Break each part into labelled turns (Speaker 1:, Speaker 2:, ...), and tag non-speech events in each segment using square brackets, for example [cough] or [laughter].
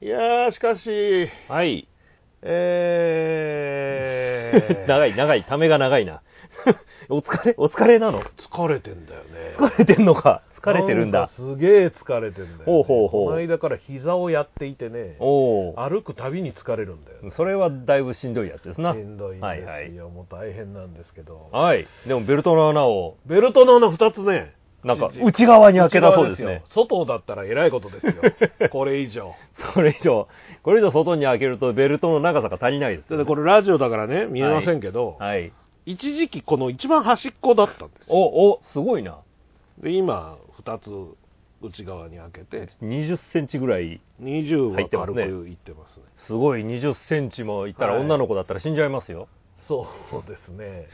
Speaker 1: いやー、しかし、
Speaker 2: はい。
Speaker 1: [laughs] えー、
Speaker 2: 長い、長い、ためが長いな。 [laughs] お疲れ、お疲れなの
Speaker 1: 疲れてんだよね。
Speaker 2: 疲れてんのか疲れてるん
Speaker 1: な
Speaker 2: だ
Speaker 1: か。すげえ疲れてんだよ、ね。
Speaker 2: ほうほうほう
Speaker 1: この間から膝をやっていてね、
Speaker 2: おお。
Speaker 1: 歩くたびに疲れるんだよ、ね。
Speaker 2: それはだいぶしんどいやつですな。
Speaker 1: しんどいんですよ、
Speaker 2: はいはい。
Speaker 1: もう大変なんですけど。
Speaker 2: はい。でもベルトの穴を、
Speaker 1: ベルトの穴2つね、
Speaker 2: なんか
Speaker 1: じじ
Speaker 2: 内側に開けたそうで
Speaker 1: 内
Speaker 2: す
Speaker 1: 側
Speaker 2: ね
Speaker 1: よ。外だったらえらいことです [laughs] よ。これ以上。
Speaker 2: それ以上、これ以上外に開けるとベルトの長さが足りないです
Speaker 1: だっ
Speaker 2: よね、
Speaker 1: てこれラジオだからね、見えませんけど、
Speaker 2: はい。
Speaker 1: 一時期この一番端っこだったんですよ。
Speaker 2: お、お、すごいな。
Speaker 1: で、今、2つ内側に開けて、
Speaker 2: 20センチぐらい、
Speaker 1: 20は
Speaker 2: 入ってま
Speaker 1: 軽
Speaker 2: す
Speaker 1: く
Speaker 2: ね
Speaker 1: いってますね。
Speaker 2: すごい20センチもいったら
Speaker 1: はい
Speaker 2: 女の子だったら死んじゃいますよ。
Speaker 1: そうです [laughs] ね。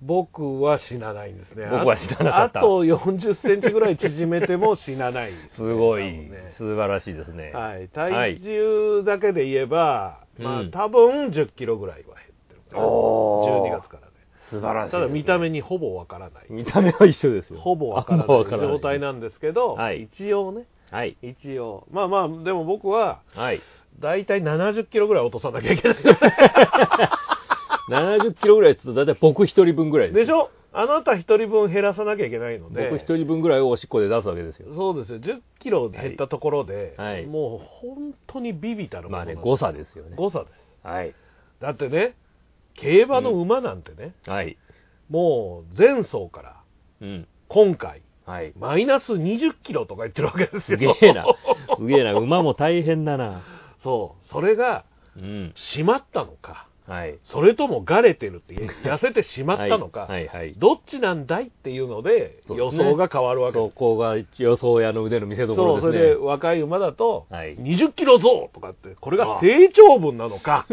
Speaker 1: 僕は死なないんですね。
Speaker 2: 僕は死ななかった
Speaker 1: あと40センチぐらい縮めても死なないですね、
Speaker 2: すご
Speaker 1: 多
Speaker 2: い
Speaker 1: 分ね、
Speaker 2: 素晴らしいですね。
Speaker 1: はい。
Speaker 2: は
Speaker 1: 体
Speaker 2: い
Speaker 1: 重だけで言えば、まあ
Speaker 2: うん
Speaker 1: 多分10キロぐらいは減ってるかな。
Speaker 2: おー
Speaker 1: 12月からね。
Speaker 2: 素晴らしいです
Speaker 1: た
Speaker 2: ね、
Speaker 1: だ見た目にほぼわからない。
Speaker 2: 見た目は一緒ですよ。
Speaker 1: ほぼわから
Speaker 2: あん
Speaker 1: な
Speaker 2: ま
Speaker 1: い
Speaker 2: わからない
Speaker 1: 状態なんですけど、
Speaker 2: はい
Speaker 1: 一応ね、
Speaker 2: はい。
Speaker 1: 一応。まあまあ、でも僕は、
Speaker 2: はい。
Speaker 1: だいたい70キロぐらい落とさなきゃいけない。
Speaker 2: 70キロぐらいですと、だいたい僕一人分ぐらい
Speaker 1: でし
Speaker 2: ょ
Speaker 1: ょあなた一人分減らさなきゃいけないので。
Speaker 2: 僕一人分ぐらいをおしっこで出すわけですよ。
Speaker 1: そうですよ、10キロ減ったところで、
Speaker 2: はいはい
Speaker 1: もう本当にビビたるも
Speaker 2: ま
Speaker 1: の
Speaker 2: あね、
Speaker 1: なん
Speaker 2: 誤差ですよね。
Speaker 1: 誤差です。
Speaker 2: はい。
Speaker 1: だってね、競馬の馬なんてね、
Speaker 2: はい。
Speaker 1: もう前走から
Speaker 2: うん。
Speaker 1: 今回、
Speaker 2: はい。
Speaker 1: マイナス20キロとか言ってるわけです
Speaker 2: す
Speaker 1: よ。
Speaker 2: げえ
Speaker 1: [laughs]
Speaker 2: な。すげえな。馬も大変だな。
Speaker 1: そう、それが
Speaker 2: うん。
Speaker 1: しまったのか、
Speaker 2: はい。
Speaker 1: それともがれてるって、痩せてしまったのか、
Speaker 2: はいはいはい。
Speaker 1: どっちなんだいっていうので、
Speaker 2: そう
Speaker 1: 予
Speaker 2: ですね
Speaker 1: 想が変わるわけ
Speaker 2: そ
Speaker 1: です。
Speaker 2: こが予想屋の腕の見せ
Speaker 1: そ
Speaker 2: 所
Speaker 1: う
Speaker 2: で
Speaker 1: そ
Speaker 2: すね。
Speaker 1: れで若い馬だと、
Speaker 2: はい
Speaker 1: 20キロ増とかって、これ
Speaker 2: あ
Speaker 1: が
Speaker 2: あ
Speaker 1: 成長分なの
Speaker 2: [laughs]
Speaker 1: か、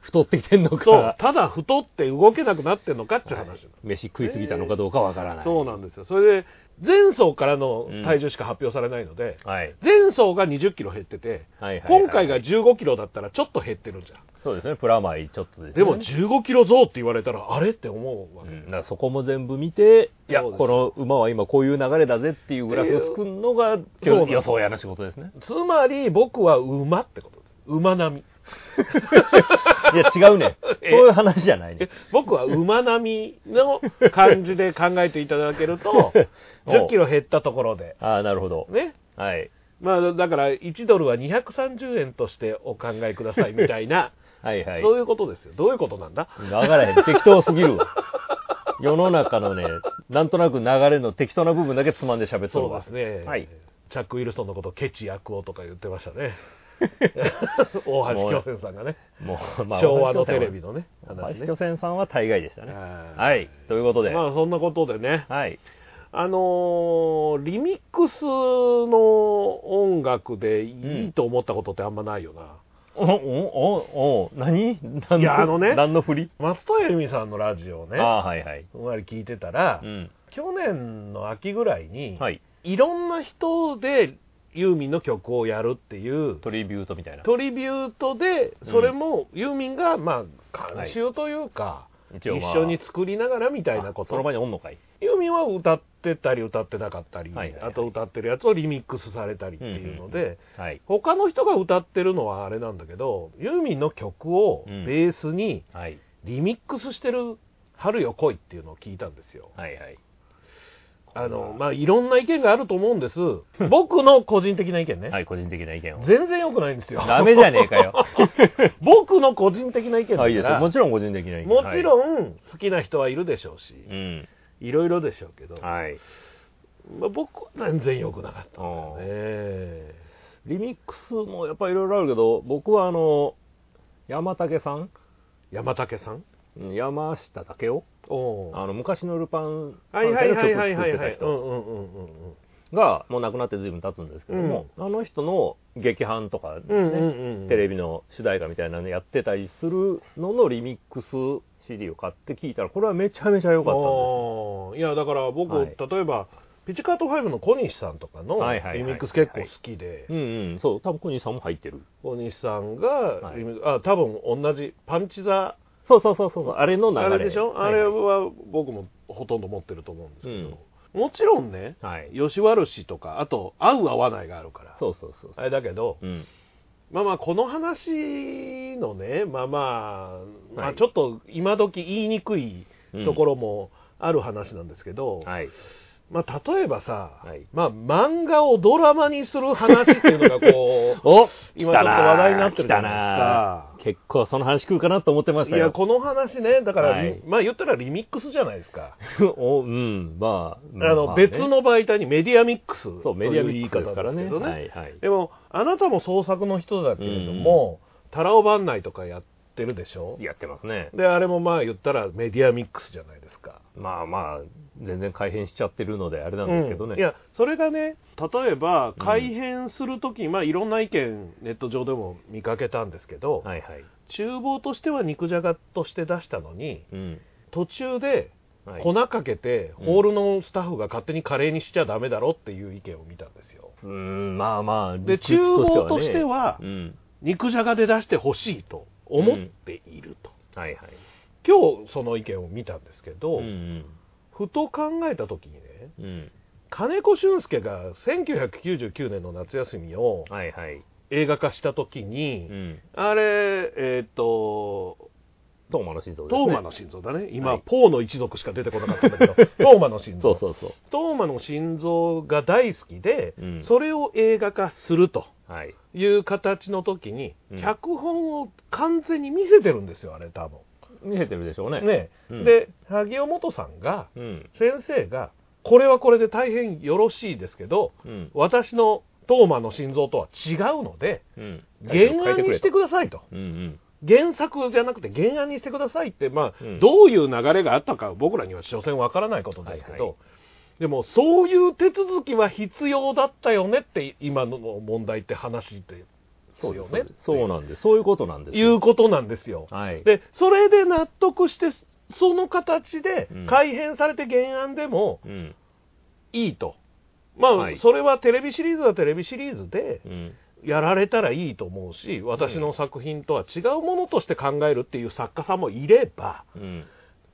Speaker 2: 太ってきてんのか。
Speaker 1: そう、ただ太って動けなくなってんのかって話なの、
Speaker 2: 飯食いすぎたのかどうかわからない。
Speaker 1: そうなんですよ。それで、前走からの体重しか発表されないので、
Speaker 2: はい。
Speaker 1: 前走が20キロ減ってて、
Speaker 2: はいはいはい
Speaker 1: 今回が15キロだったらちょっと減ってるじゃん。
Speaker 2: そうですね。プラマイちょっとですね。
Speaker 1: でも15キロ増って言われたら、あれって思うわ
Speaker 2: う
Speaker 1: けで
Speaker 2: ん
Speaker 1: す。
Speaker 2: だからそこも全部見て、いや、
Speaker 1: そうです
Speaker 2: この馬は今こういう流れだぜっていうグラフを作るのが、
Speaker 1: ていうそうなんです
Speaker 2: 予想屋の仕事です
Speaker 1: [laughs]
Speaker 2: ね。
Speaker 1: つまり僕は馬ってことです。馬並み。
Speaker 2: いや、違うね。そう
Speaker 1: [laughs] え
Speaker 2: いう話じゃない
Speaker 1: え
Speaker 2: ね。、
Speaker 1: [laughs] 僕は馬並みの感じで考えていただけると
Speaker 2: [laughs] おう
Speaker 1: 10キロ減ったところで、
Speaker 2: ああ、なるほど。
Speaker 1: ね、
Speaker 2: はい。
Speaker 1: まあ、だから1ドルは230円としてお考えくださいみたいな、
Speaker 2: [laughs] はいはい。
Speaker 1: そういうことですよ。どういうことなんだ
Speaker 2: わからへん。適当すぎるわ。世の中のね、なんとなく流れの適当な部分だけつまんで喋っとる
Speaker 1: そう
Speaker 2: わ
Speaker 1: ですね。
Speaker 2: はい。
Speaker 1: チャック・ウィルソンのことケチ悪王とか言ってました
Speaker 2: [laughs]
Speaker 1: ね。大橋巨泉さんがね、
Speaker 2: もう、まあ、
Speaker 1: 昭和のテレビのね、
Speaker 2: 話
Speaker 1: 話
Speaker 2: ね。
Speaker 1: ね
Speaker 2: 橋。船さんは大概でしたね。
Speaker 1: はい
Speaker 2: はい。ということで。
Speaker 1: まあそんなことでね、
Speaker 2: はい。
Speaker 1: あのーリミックスの音楽でいいと思ったことってあんまないよな。
Speaker 2: お、お、お、お、何何
Speaker 1: いやあのね
Speaker 2: 何の振り
Speaker 1: 松任谷由実さんのラジオをね、
Speaker 2: ああー、はいはい。
Speaker 1: ふんわり聞いてたら、
Speaker 2: うん。
Speaker 1: 去年の秋ぐらいに、
Speaker 2: はい。
Speaker 1: いろんな人でユーミンの曲をやるっていう
Speaker 2: トリビュートみたいな。
Speaker 1: トリビュートで
Speaker 2: うん
Speaker 1: それもユーミンがまあ監修というか、
Speaker 2: 一応まあ
Speaker 1: 一緒に作りながらみたいなこ
Speaker 2: あその場
Speaker 1: と
Speaker 2: におんのかい。
Speaker 1: ユーミンは歌ってたり歌ってなかったり、
Speaker 2: はいはいはい
Speaker 1: あと歌ってるやつをリミックスされたりっていうので、
Speaker 2: うんうんはい。
Speaker 1: 他の人が歌ってるのはあれなんだけどユーミンの曲を
Speaker 2: うん
Speaker 1: ベースに
Speaker 2: はい。
Speaker 1: リミックスしてる「春よ来い」っていうのを聞いたんですよ。
Speaker 2: はいはい。
Speaker 1: あのまあ、いろんな意見があると思うんです僕の個人的な意見ね、
Speaker 2: はい、個人的な意見を。
Speaker 1: 全然良くないんですよ
Speaker 2: ダメじゃねえかよ。
Speaker 1: [laughs] 僕の個人的な意見だから
Speaker 2: あ、いいですよ。もちろん個人的な意見。
Speaker 1: もちろ
Speaker 2: ん。
Speaker 1: ん好きな人はいるでしょうし、
Speaker 2: うん。
Speaker 1: いろいろでしょうけど、
Speaker 2: はい。
Speaker 1: まあ、僕は全然良くなかったんだよね、
Speaker 2: リミックスもやっぱいろいろあるけど、僕はあの、山竹さん
Speaker 1: 山竹さん
Speaker 2: うん山下竹雄
Speaker 1: おう
Speaker 2: あの、昔のルパン
Speaker 1: は
Speaker 2: 三
Speaker 1: い
Speaker 2: 世の
Speaker 1: はいはい
Speaker 2: 曲
Speaker 1: はいは
Speaker 2: 作
Speaker 1: い
Speaker 2: って
Speaker 1: は
Speaker 2: た
Speaker 1: いうんうん
Speaker 2: 人
Speaker 1: うんうんうん
Speaker 2: が、もう亡くなって随分経つんですけども、あの人の劇伴とかね、
Speaker 1: うんうんうん
Speaker 2: テレビの主題歌みたいなのやってたりするののリミックス CD を買って聞いたら、これはめちゃめちゃ良かったんですよ。
Speaker 1: おういやだから僕、
Speaker 2: はい
Speaker 1: 例えばピチカート5の小西さんとかの
Speaker 2: はいはいはい
Speaker 1: リミックス結構好きで、
Speaker 2: うんうん、そう、多分小西さんも入ってる。
Speaker 1: 小西さんがリミックス、あ多分同じパンチザ
Speaker 2: そうそうそうそう、あれの流れ。
Speaker 1: あれでしょ、
Speaker 2: はいはい
Speaker 1: あれは僕もほとんど持ってると思うんですけど、もちろんね、
Speaker 2: はい。
Speaker 1: 吉原氏とかあと合う合わないがあるから
Speaker 2: そうそうそうそ
Speaker 1: あれだけど
Speaker 2: う。うん。
Speaker 1: まあまあ、この話のね、まあまあ、ま
Speaker 2: は
Speaker 1: あ、
Speaker 2: い
Speaker 1: ちょっと今時言いにくいところもある話なんですけど、
Speaker 2: はい。
Speaker 1: まあ、例えばさ、
Speaker 2: はい
Speaker 1: まあ、漫画をドラマにする話っていうのがこ
Speaker 2: [laughs]
Speaker 1: う、
Speaker 2: お
Speaker 1: 今ちょっと話題になってるじゃないですか。
Speaker 2: 結構その話来るかなと思ってまし
Speaker 1: い
Speaker 2: たよ。
Speaker 1: や、この話ね、だから、
Speaker 2: はい
Speaker 1: まあ言ったらリミックスじゃないですか。
Speaker 2: [laughs] おうん、まあ、
Speaker 1: あの、
Speaker 2: まあね
Speaker 1: 別の媒体にメディアミックスとい
Speaker 2: そう、メディアミックスですから
Speaker 1: 言
Speaker 2: ね。
Speaker 1: い方なんですけど
Speaker 2: はいはい。
Speaker 1: でも、あなたも創作の人だけれども、タラオ番内とかやってるでしょ
Speaker 2: やってますね。
Speaker 1: で、あれもまあ言ったらメディアミックスじゃないですか。
Speaker 2: まあまあ、全然改変しちゃってるので、あれなんですけどね。
Speaker 1: うんいや、それがね、例えば改変するとき、まあいろんな意見、ネット上でも見かけたんですけど、
Speaker 2: はいはい。
Speaker 1: 厨房としては肉じゃがとして出したのに、
Speaker 2: うん。
Speaker 1: 途中で
Speaker 2: はい
Speaker 1: 粉かけて、
Speaker 2: うん
Speaker 1: ホールのスタッフが勝手にカレーにしちゃダメだろっていう意見を見たんですよ。
Speaker 2: うーん、まあまあ、
Speaker 1: で、
Speaker 2: 理屈
Speaker 1: 厨房
Speaker 2: ね
Speaker 1: として、は
Speaker 2: う、ん。
Speaker 1: 肉じゃがで出してほしいと思っていると。
Speaker 2: はいはい。
Speaker 1: 今日その意見を見たんですけど、
Speaker 2: うん
Speaker 1: ふと考えた時にね
Speaker 2: うん。うん。
Speaker 1: 金子俊介が1999年の夏休みを
Speaker 2: はいはい。
Speaker 1: 映画化した時
Speaker 2: う
Speaker 1: に、
Speaker 2: ん。
Speaker 1: あれえーっと
Speaker 2: トーマの心臓です、
Speaker 1: ト
Speaker 2: ね。
Speaker 1: ーマの心臓だね今、
Speaker 2: はい
Speaker 1: ポーの一族しか出てこなかったんだけど
Speaker 2: [laughs]
Speaker 1: トーマの心
Speaker 2: そ
Speaker 1: 臓
Speaker 2: うそうそ
Speaker 1: トーマの心臓が大好きで、
Speaker 2: う。うん。
Speaker 1: それを映画化すると
Speaker 2: はい。
Speaker 1: いう形の時に、
Speaker 2: うん
Speaker 1: 脚本を完全に見せてるんですよあれ多分
Speaker 2: 見えてるでしょうね。。
Speaker 1: ね、
Speaker 2: うん
Speaker 1: で萩尾元さんが
Speaker 2: うん。
Speaker 1: 先生がこれはこれで大変よろしいですけど
Speaker 2: うん。
Speaker 1: 私のトーマの心臓とは違うので
Speaker 2: うん。
Speaker 1: 原案にして
Speaker 2: く
Speaker 1: くださいと
Speaker 2: うんうん。
Speaker 1: 原作じゃなくて原案にしてくださいって、まあ
Speaker 2: うん
Speaker 1: どういう流れがあったか僕らには所詮わからないことですけど、
Speaker 2: はいはい
Speaker 1: でもそういう手続きは必要だったよねって今の問題って話です
Speaker 2: そ
Speaker 1: よ
Speaker 2: うです
Speaker 1: ね
Speaker 2: ね。そうなんです。そういうことなんです
Speaker 1: い
Speaker 2: よ。
Speaker 1: うことなんですよ。
Speaker 2: はい。
Speaker 1: でそれで納得してその形で
Speaker 2: うん
Speaker 1: 改編されて原案でも、
Speaker 2: うん。
Speaker 1: いいと、まあ
Speaker 2: はい
Speaker 1: それはテレビシリーズはテレビシリーズで
Speaker 2: うん。
Speaker 1: やられたらいいと思うし、私の作品とは違うものとして考えるっていう作家さんもいれば、
Speaker 2: うん。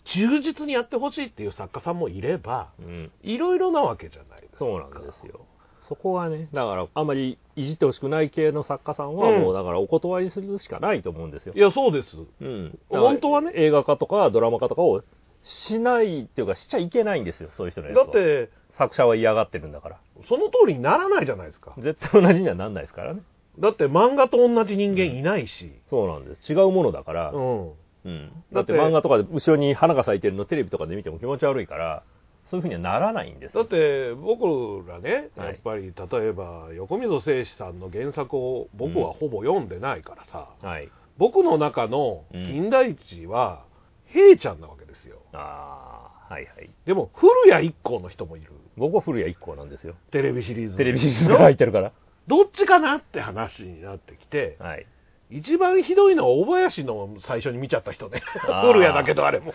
Speaker 1: 忠実にやってほしいっていう作家さんもいれば、
Speaker 2: うん。
Speaker 1: いろいろなわけじゃないですか。
Speaker 2: そうなんですよ。そこはね、だから、あんまりいじってほしくない系の作家さんは、
Speaker 1: うん
Speaker 2: もうだからお断りするしかないと思うんですよ
Speaker 1: い。や、そうです。
Speaker 2: うん。
Speaker 1: 本当はね
Speaker 2: 映画化とかドラマ化とかをしないっていうか、しちゃいけないんですよ、そういう人のやつ
Speaker 1: だ
Speaker 2: は
Speaker 1: って、
Speaker 2: 作者は嫌がってるんだから。
Speaker 1: その通りにならないじゃないですか。
Speaker 2: 絶対同じにはなんないですからね。
Speaker 1: だって漫画と同じ人間いないし。
Speaker 2: そうなんです。違うものだから。
Speaker 1: うん。
Speaker 2: うん。
Speaker 1: だ
Speaker 2: だ
Speaker 1: っ
Speaker 2: ってて漫画とかで後ろに花が咲いてるのテレビとかで見ても気持ち悪いから、そういうふうにはならないんです
Speaker 1: だ
Speaker 2: よ
Speaker 1: って僕らね、
Speaker 2: はい
Speaker 1: やっぱり例えば横溝正史さんの原作を僕はほぼ読んでないからさ、
Speaker 2: はい。
Speaker 1: 僕の中の
Speaker 2: うん
Speaker 1: 金田一は平ちゃんなわけですよ
Speaker 2: ああ、はいはい。
Speaker 1: でも古谷一行の人もいる
Speaker 2: 僕は古谷一行なんですよ。
Speaker 1: テレビシリーズ
Speaker 2: テレビシリーズが入ってるから。
Speaker 1: どっちかなって話になってきて
Speaker 2: はい。
Speaker 1: 一番ひどいのは小林の最初に見ちゃった人ね
Speaker 2: あー
Speaker 1: 古谷だけどあれ
Speaker 2: [laughs]
Speaker 1: も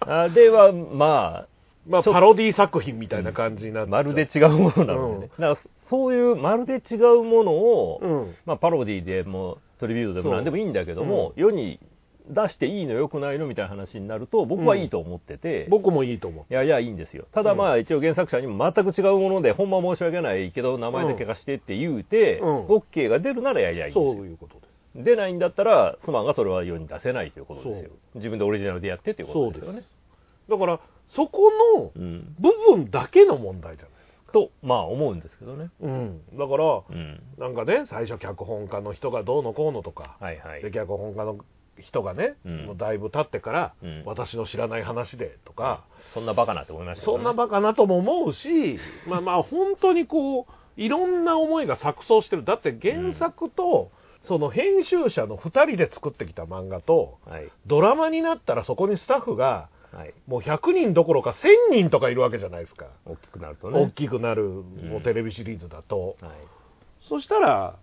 Speaker 2: あでは、ま
Speaker 1: まあパロディ作品みたいな感じにな
Speaker 2: あ、
Speaker 1: って
Speaker 2: まるで違うものなのでね。だからそういうまるで違うものを、
Speaker 1: うん
Speaker 2: まあ、パロディでもトリビュートで
Speaker 1: そう
Speaker 2: も何でもいいんだけども、世に出していいのよくないのみたいな話になると、僕はいいと思ってて、
Speaker 1: 僕もいいと思う
Speaker 2: いやいや、いいんですよ。ただまあ、一応原作者にも全く違うもので、ほんま申し訳ないけど、名前だけ貸してって言うて、
Speaker 1: うん
Speaker 2: OK が出るならやりゃいいんです
Speaker 1: そ
Speaker 2: よ
Speaker 1: ういうことです
Speaker 2: 出ないんだったら、すまんがそれは世に出せないということですよ
Speaker 1: そ。
Speaker 2: 自分でオリジナルでやってっていうことですよね。
Speaker 1: だからそこの
Speaker 2: うん、
Speaker 1: 部分だけの問題じゃ
Speaker 2: と、まあ思うんですけどね。
Speaker 1: ない、だから
Speaker 2: うん。
Speaker 1: なんかね最初脚本家の人がどうのこうのとか、
Speaker 2: はいはい
Speaker 1: で。脚本家の人がね、
Speaker 2: うん
Speaker 1: もうだいぶ経ってから、
Speaker 2: うん
Speaker 1: 私の知らない話でとか、
Speaker 2: そんなバカなって思いましたけど
Speaker 1: そ
Speaker 2: ね
Speaker 1: んなバカなとも思うしまあまあ本当にこういろんな思いが錯綜してるだって原作と、その編集者の2人で作ってきた漫画と
Speaker 2: はい。
Speaker 1: ドラマになったらそこにスタッフが
Speaker 2: はい。
Speaker 1: もう100人どころか1000人とかいるわけじゃないですか。
Speaker 2: 大きくなるとね。
Speaker 1: 大きくなる、もううんテレビシリーズだと、
Speaker 2: はい。
Speaker 1: そしたら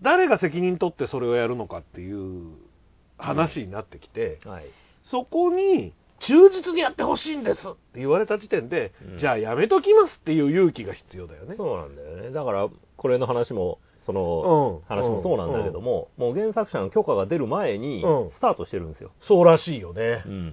Speaker 1: 誰が責任取ってそれをやるのかっていう話になってきて、
Speaker 2: はい。
Speaker 1: そこに忠実にやってほしいんですって言われた時点で、
Speaker 2: うん
Speaker 1: じゃあやめときますっていう勇気が必要だよね
Speaker 2: そうなんだよね。だから、これの話も、
Speaker 1: う
Speaker 2: そ
Speaker 1: ん
Speaker 2: の、話もそうなんだけども、もう原作者の許可が出る前に
Speaker 1: うん、
Speaker 2: スタートしてるんですよ。
Speaker 1: そうらしいよね、
Speaker 2: うん。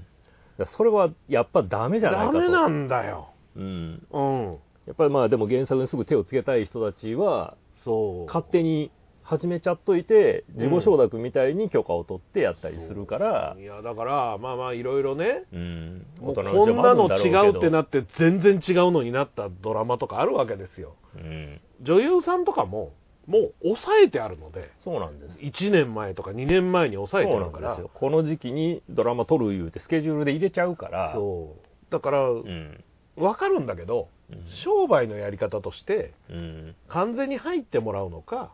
Speaker 2: だからそれは、やっぱダメじゃな
Speaker 1: ダ
Speaker 2: いかと。
Speaker 1: メなんだよ
Speaker 2: うん。
Speaker 1: うん
Speaker 2: やっぱりまあ、でも原作にすぐ手をつけたい人たちは、
Speaker 1: そう
Speaker 2: 勝手に始めちゃっといて自己承諾みたいに許可を取ってやったりするから
Speaker 1: い、やだからまあまあいろいろね
Speaker 2: うん、
Speaker 1: もうこ
Speaker 2: 大人
Speaker 1: んなの
Speaker 2: 事情もあ
Speaker 1: 違
Speaker 2: る
Speaker 1: う
Speaker 2: だろけど
Speaker 1: ってなって全然違うのになったドラマとかあるわけですよ
Speaker 2: うん、
Speaker 1: 女優さんとかももう抑えてあるので
Speaker 2: そうなんです
Speaker 1: 1年前とか2年前に抑えて
Speaker 2: そう
Speaker 1: ある
Speaker 2: なん
Speaker 1: か
Speaker 2: で
Speaker 1: ら
Speaker 2: すよこの時期にドラマ撮る言うてスケジュールで入れちゃうから
Speaker 1: そうだから
Speaker 2: うん
Speaker 1: 分かるんだけど
Speaker 2: うん
Speaker 1: 商売のやり方として
Speaker 2: うん
Speaker 1: 完全に入ってもらうのか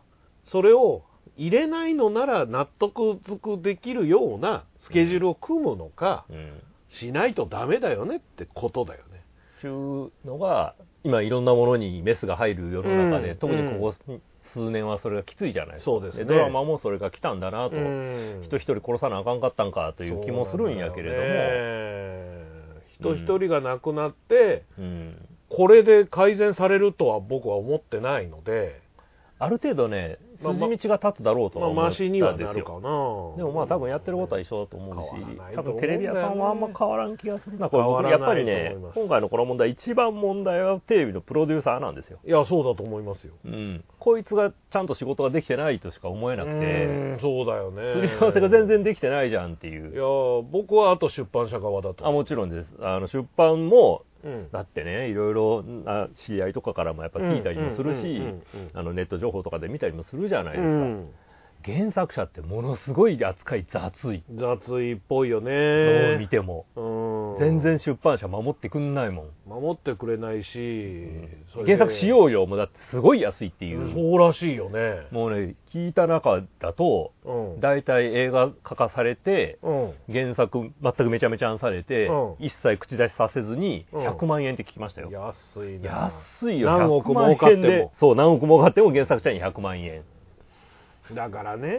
Speaker 1: それを入れないのなら納得づくできるようなスケジュールを組むのか、
Speaker 2: うん
Speaker 1: しないとダメだよねってことだよね
Speaker 2: ちゅうのが今いろんなものにメスが入る世の中で、
Speaker 1: うん
Speaker 2: 特にここ数年はそれがきついじゃないですか
Speaker 1: そうですね
Speaker 2: ドラマもそれが来たんだなと、
Speaker 1: うん
Speaker 2: 人一人殺さなあかんかったんかという気もするんやけれども
Speaker 1: そうなんだよね人一人が亡くなって、
Speaker 2: うん
Speaker 1: これで改善されるとは僕は思ってないので、
Speaker 2: ある程度ね
Speaker 1: まあまあ
Speaker 2: 筋道が立つだろうと
Speaker 1: まあ、
Speaker 2: は思
Speaker 1: マ
Speaker 2: ったんです
Speaker 1: シ
Speaker 2: よ、
Speaker 1: にはなるかなで
Speaker 2: でもまあ多分やってることは一緒だと思う
Speaker 1: 変わらない
Speaker 2: し、
Speaker 1: と
Speaker 2: 多
Speaker 1: 思うんだよ
Speaker 2: 分テ
Speaker 1: ね
Speaker 2: レビ屋さんはあんま変わらん気がするな、これ
Speaker 1: 変わ
Speaker 2: 僕やっ
Speaker 1: ら
Speaker 2: ぱ
Speaker 1: ない
Speaker 2: り
Speaker 1: と思い
Speaker 2: ね
Speaker 1: ます、
Speaker 2: 今回のこの問題、一番問題はテレビのプロデューサーなんですよ。
Speaker 1: いやそうだと思いますよ
Speaker 2: うん、こいつがちゃんと仕事ができてないとしか思えなくて、
Speaker 1: うんそうだよね
Speaker 2: すり合わせが全然できてないじゃんってい、
Speaker 1: いうや僕はあと出版社側だと
Speaker 2: あもちろんです、あの出版も、
Speaker 1: うん
Speaker 2: だってね、いろいろな知り合いとかからもやっぱ聞いたりもする
Speaker 1: うんう
Speaker 2: し
Speaker 1: ん、うんうん
Speaker 2: あのネット情報とかで見たりもするじゃないで
Speaker 1: う
Speaker 2: すか、
Speaker 1: ん
Speaker 2: 原作者ってものすごい扱い雑い、
Speaker 1: 雑いっぽいよね
Speaker 2: どう見ても、
Speaker 1: うん
Speaker 2: 全然出版社守ってくんないもん。
Speaker 1: 守ってくれないし、それで
Speaker 2: 原作しようよもだってすごい安いっていう、
Speaker 1: そうらしいよね
Speaker 2: もうね聞いた中だと
Speaker 1: うん
Speaker 2: 大体映画化化されて
Speaker 1: うん
Speaker 2: 原作全くめちゃめちゃにされて、
Speaker 1: うん
Speaker 2: 一切口出しさせずに
Speaker 1: うん
Speaker 2: 100万円って聞きましたよ、
Speaker 1: 安いな
Speaker 2: 安いよ
Speaker 1: 何億
Speaker 2: 100万円
Speaker 1: 儲かっても
Speaker 2: でそう何億儲かっても原作者に100万円
Speaker 1: だからね、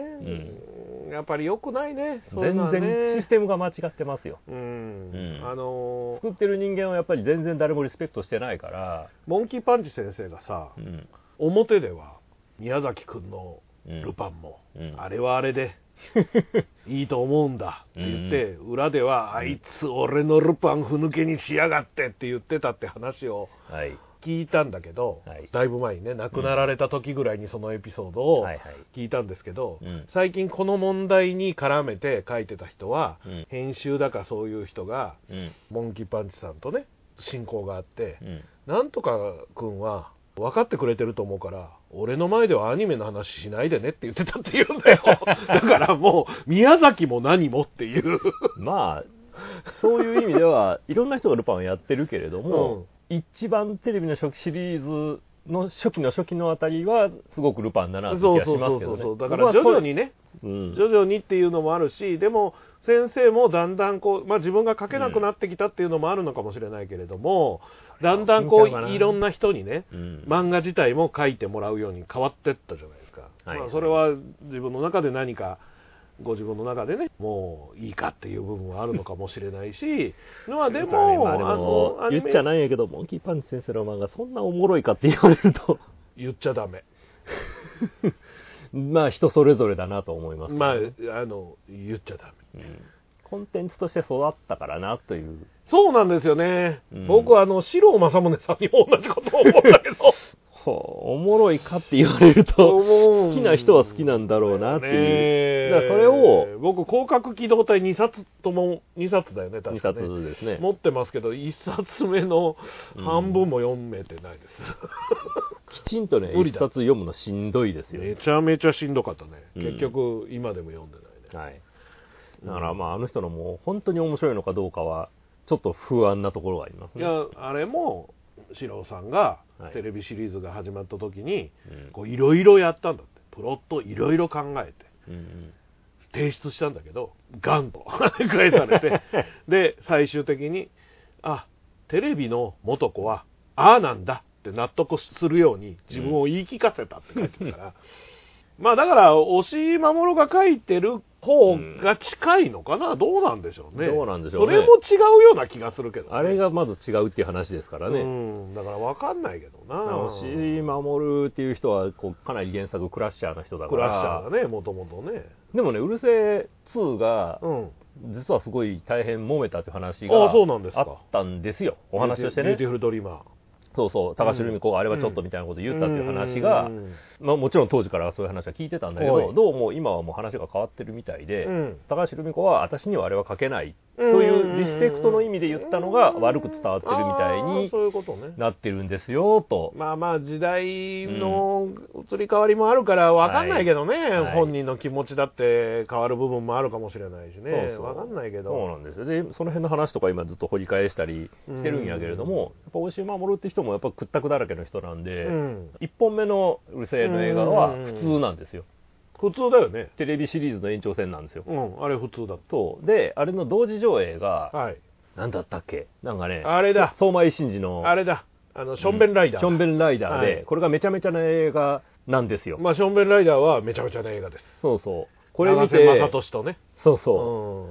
Speaker 2: う
Speaker 1: やっぱり良くないねそういう
Speaker 2: 全
Speaker 1: のは
Speaker 2: 然シ
Speaker 1: ね
Speaker 2: ステムが間違ってますよ
Speaker 1: うん、
Speaker 2: うん
Speaker 1: あのー
Speaker 2: 作ってる人間はやっぱり全然誰もリスペクトしてないから、
Speaker 1: モンキーパンチ先生がさ
Speaker 2: うん
Speaker 1: 表では宮崎くんの
Speaker 2: うん
Speaker 1: ルパンも、
Speaker 2: うん
Speaker 1: あれはあれ
Speaker 2: [laughs]
Speaker 1: でいいと思うんだって言って、裏ではあいつ俺のルパンふぬけにしやがってって言ってたって話を
Speaker 2: はい、
Speaker 1: 聞いたんだけど、
Speaker 2: はい
Speaker 1: だいぶ前にね亡くなられた時ぐらいにそのエピソードを
Speaker 2: はいはい
Speaker 1: 聞いたんですけど、
Speaker 2: うん
Speaker 1: 最近この問題に絡めて書いてた人は、
Speaker 2: うん
Speaker 1: 編集だかそういう人が
Speaker 2: うん
Speaker 1: モンキーパンチさんとね親交があって、 [laughs]
Speaker 2: うん
Speaker 1: なんとか君は分かってくれてると思うから俺の前ではアニメの話しないでねって言ってたって言うんだ
Speaker 2: [laughs]
Speaker 1: よだからもう宮崎も何もっていう
Speaker 2: まあそういう意味ではいろんな人がルパンをやってるけれども、一番テレビの初期シリーズの初期の初期のあたりはすごくルパンだなって気
Speaker 1: そう
Speaker 2: が
Speaker 1: そ
Speaker 2: し
Speaker 1: う
Speaker 2: ま
Speaker 1: そう
Speaker 2: すけ
Speaker 1: そう
Speaker 2: どね
Speaker 1: そうだから徐々
Speaker 2: 僕は
Speaker 1: にね
Speaker 2: それうん
Speaker 1: 徐々にっていうのもあるしでも先生もだんだんこう、まあ、自分が書けなくなってきたっていうのもあるのかもしれないけれども、だんだんこ
Speaker 2: それは大きいんちゃう
Speaker 1: うろ
Speaker 2: かない
Speaker 1: んな人にね
Speaker 2: うん
Speaker 1: 漫画自体も書いてもらうように変わってったじゃないですか、
Speaker 2: はい
Speaker 1: まあ、それは自分の中で何かご自分の中でねもういいかっていう部分はあるのかもしれない
Speaker 2: [laughs]
Speaker 1: しのはで
Speaker 2: そうね
Speaker 1: も
Speaker 2: まあで
Speaker 1: あの
Speaker 2: も
Speaker 1: アニ
Speaker 2: 言っ
Speaker 1: メ
Speaker 2: ちゃないんやけどモンキーパンチ先生の漫画そんなおもろいかって言われると [laughs]
Speaker 1: 言っちゃダメ
Speaker 2: まあ人それぞれだなと思いますけど
Speaker 1: まああの言っちゃダメ
Speaker 2: うんコンテンツとして育ったからなという
Speaker 1: そうなんですよね、
Speaker 2: うん
Speaker 1: 僕はあの四郎正宗さんにも同じことを思った
Speaker 2: [laughs]
Speaker 1: けど
Speaker 2: ほうおもろいかって言われると
Speaker 1: 好
Speaker 2: 好きな人は好きなんだろうなっていうだからそれを
Speaker 1: 僕広角機動隊2冊とも2冊だよね
Speaker 2: 2
Speaker 1: 確かね
Speaker 2: 冊ですね
Speaker 1: 持ってますけど1冊目の半分も読めてないです、
Speaker 2: きちんとね
Speaker 1: 無理
Speaker 2: 一
Speaker 1: だ
Speaker 2: 冊読むのしんどいですよ、
Speaker 1: めちゃめちゃしんどかったね、
Speaker 2: うん
Speaker 1: 結局今でも読んでないね
Speaker 2: はい、だからまああの人のもう本当に面白いのかどうかはちょっと不安なところがあります
Speaker 1: い
Speaker 2: ね
Speaker 1: やあれも四郎さんが
Speaker 2: はい
Speaker 1: テレビシリーズが始まった時に
Speaker 2: うん
Speaker 1: こういろいろやったんだってプロットいろいろ考えて
Speaker 2: うん
Speaker 1: 提出したんだけどガンと [laughs] 返され
Speaker 2: [laughs]
Speaker 1: てで最終的にあテレビの元子はああなんだって納得するように自分を言い聞かせたって書いてるから、まあだから押井守が書いてる方が近いのかな、どうなんでしょうね
Speaker 2: どうなんでしょうね
Speaker 1: それも違うような気がするけどね、
Speaker 2: あれがまず違うっていう話ですから
Speaker 1: う
Speaker 2: ね、
Speaker 1: んだから分かんないけどな
Speaker 2: 押井守っていう人はこうかなり原作クラッシャーな人だか
Speaker 1: ク
Speaker 2: ら
Speaker 1: ラッシャーがねもともとね
Speaker 2: でもね「うるせえ2」が
Speaker 1: うん
Speaker 2: 実はすごい大変揉めたっていう話
Speaker 1: ああそう
Speaker 2: が
Speaker 1: なんですか
Speaker 2: あったんですよお話としてね
Speaker 1: ビューティフルドリーマー
Speaker 2: そうそう高橋留美子があれはちょっとみたいなこと言ったっていう話が、
Speaker 1: うん
Speaker 2: まあ、もちろん当時からそういう話は聞いてたんだけ
Speaker 1: は
Speaker 2: ど
Speaker 1: い
Speaker 2: どうも今はもう話が変わってるみたいで、
Speaker 1: うん
Speaker 2: 高橋留美子は私にはあれは書けない
Speaker 1: と
Speaker 2: というリスペクトの意味で言ったのが悪く伝わってるみたいに
Speaker 1: そういうことね
Speaker 2: なってるんですよと
Speaker 1: まあまあ時代の移り変わりもあるから分かんないけどね、
Speaker 2: はい
Speaker 1: 本人の気持ちだって変わる部分もあるかもしれないしね
Speaker 2: そうそ
Speaker 1: 分
Speaker 2: う
Speaker 1: かんないけ
Speaker 2: そう
Speaker 1: ど
Speaker 2: なんですよでその辺の話とか今ずっと掘り返したりしてるんやけれども、
Speaker 1: うん
Speaker 2: やっぱ大島守って人もやっぱ屈託だらけの人なんで、
Speaker 1: うん
Speaker 2: 1本目の「うるせえ」の映画は普通なんですよ、
Speaker 1: 普通だよね
Speaker 2: テレビシリーズの延長戦なんですよ、
Speaker 1: うんあれ普通だっ
Speaker 2: そうであれの同時上映が
Speaker 1: たはい
Speaker 2: 何だったっけなんかね
Speaker 1: あれだ
Speaker 2: 相馬維新寺の
Speaker 1: あれだあのションベンライダー、
Speaker 2: ションベンライダーで、
Speaker 1: はい
Speaker 2: これがめちゃめちゃな映画なんですよ、
Speaker 1: まあションベンライダーはめちゃめちゃな映画です
Speaker 2: そうそうこれ見て
Speaker 1: 長瀬正敏とね
Speaker 2: そう
Speaker 1: う
Speaker 2: そう、
Speaker 1: ん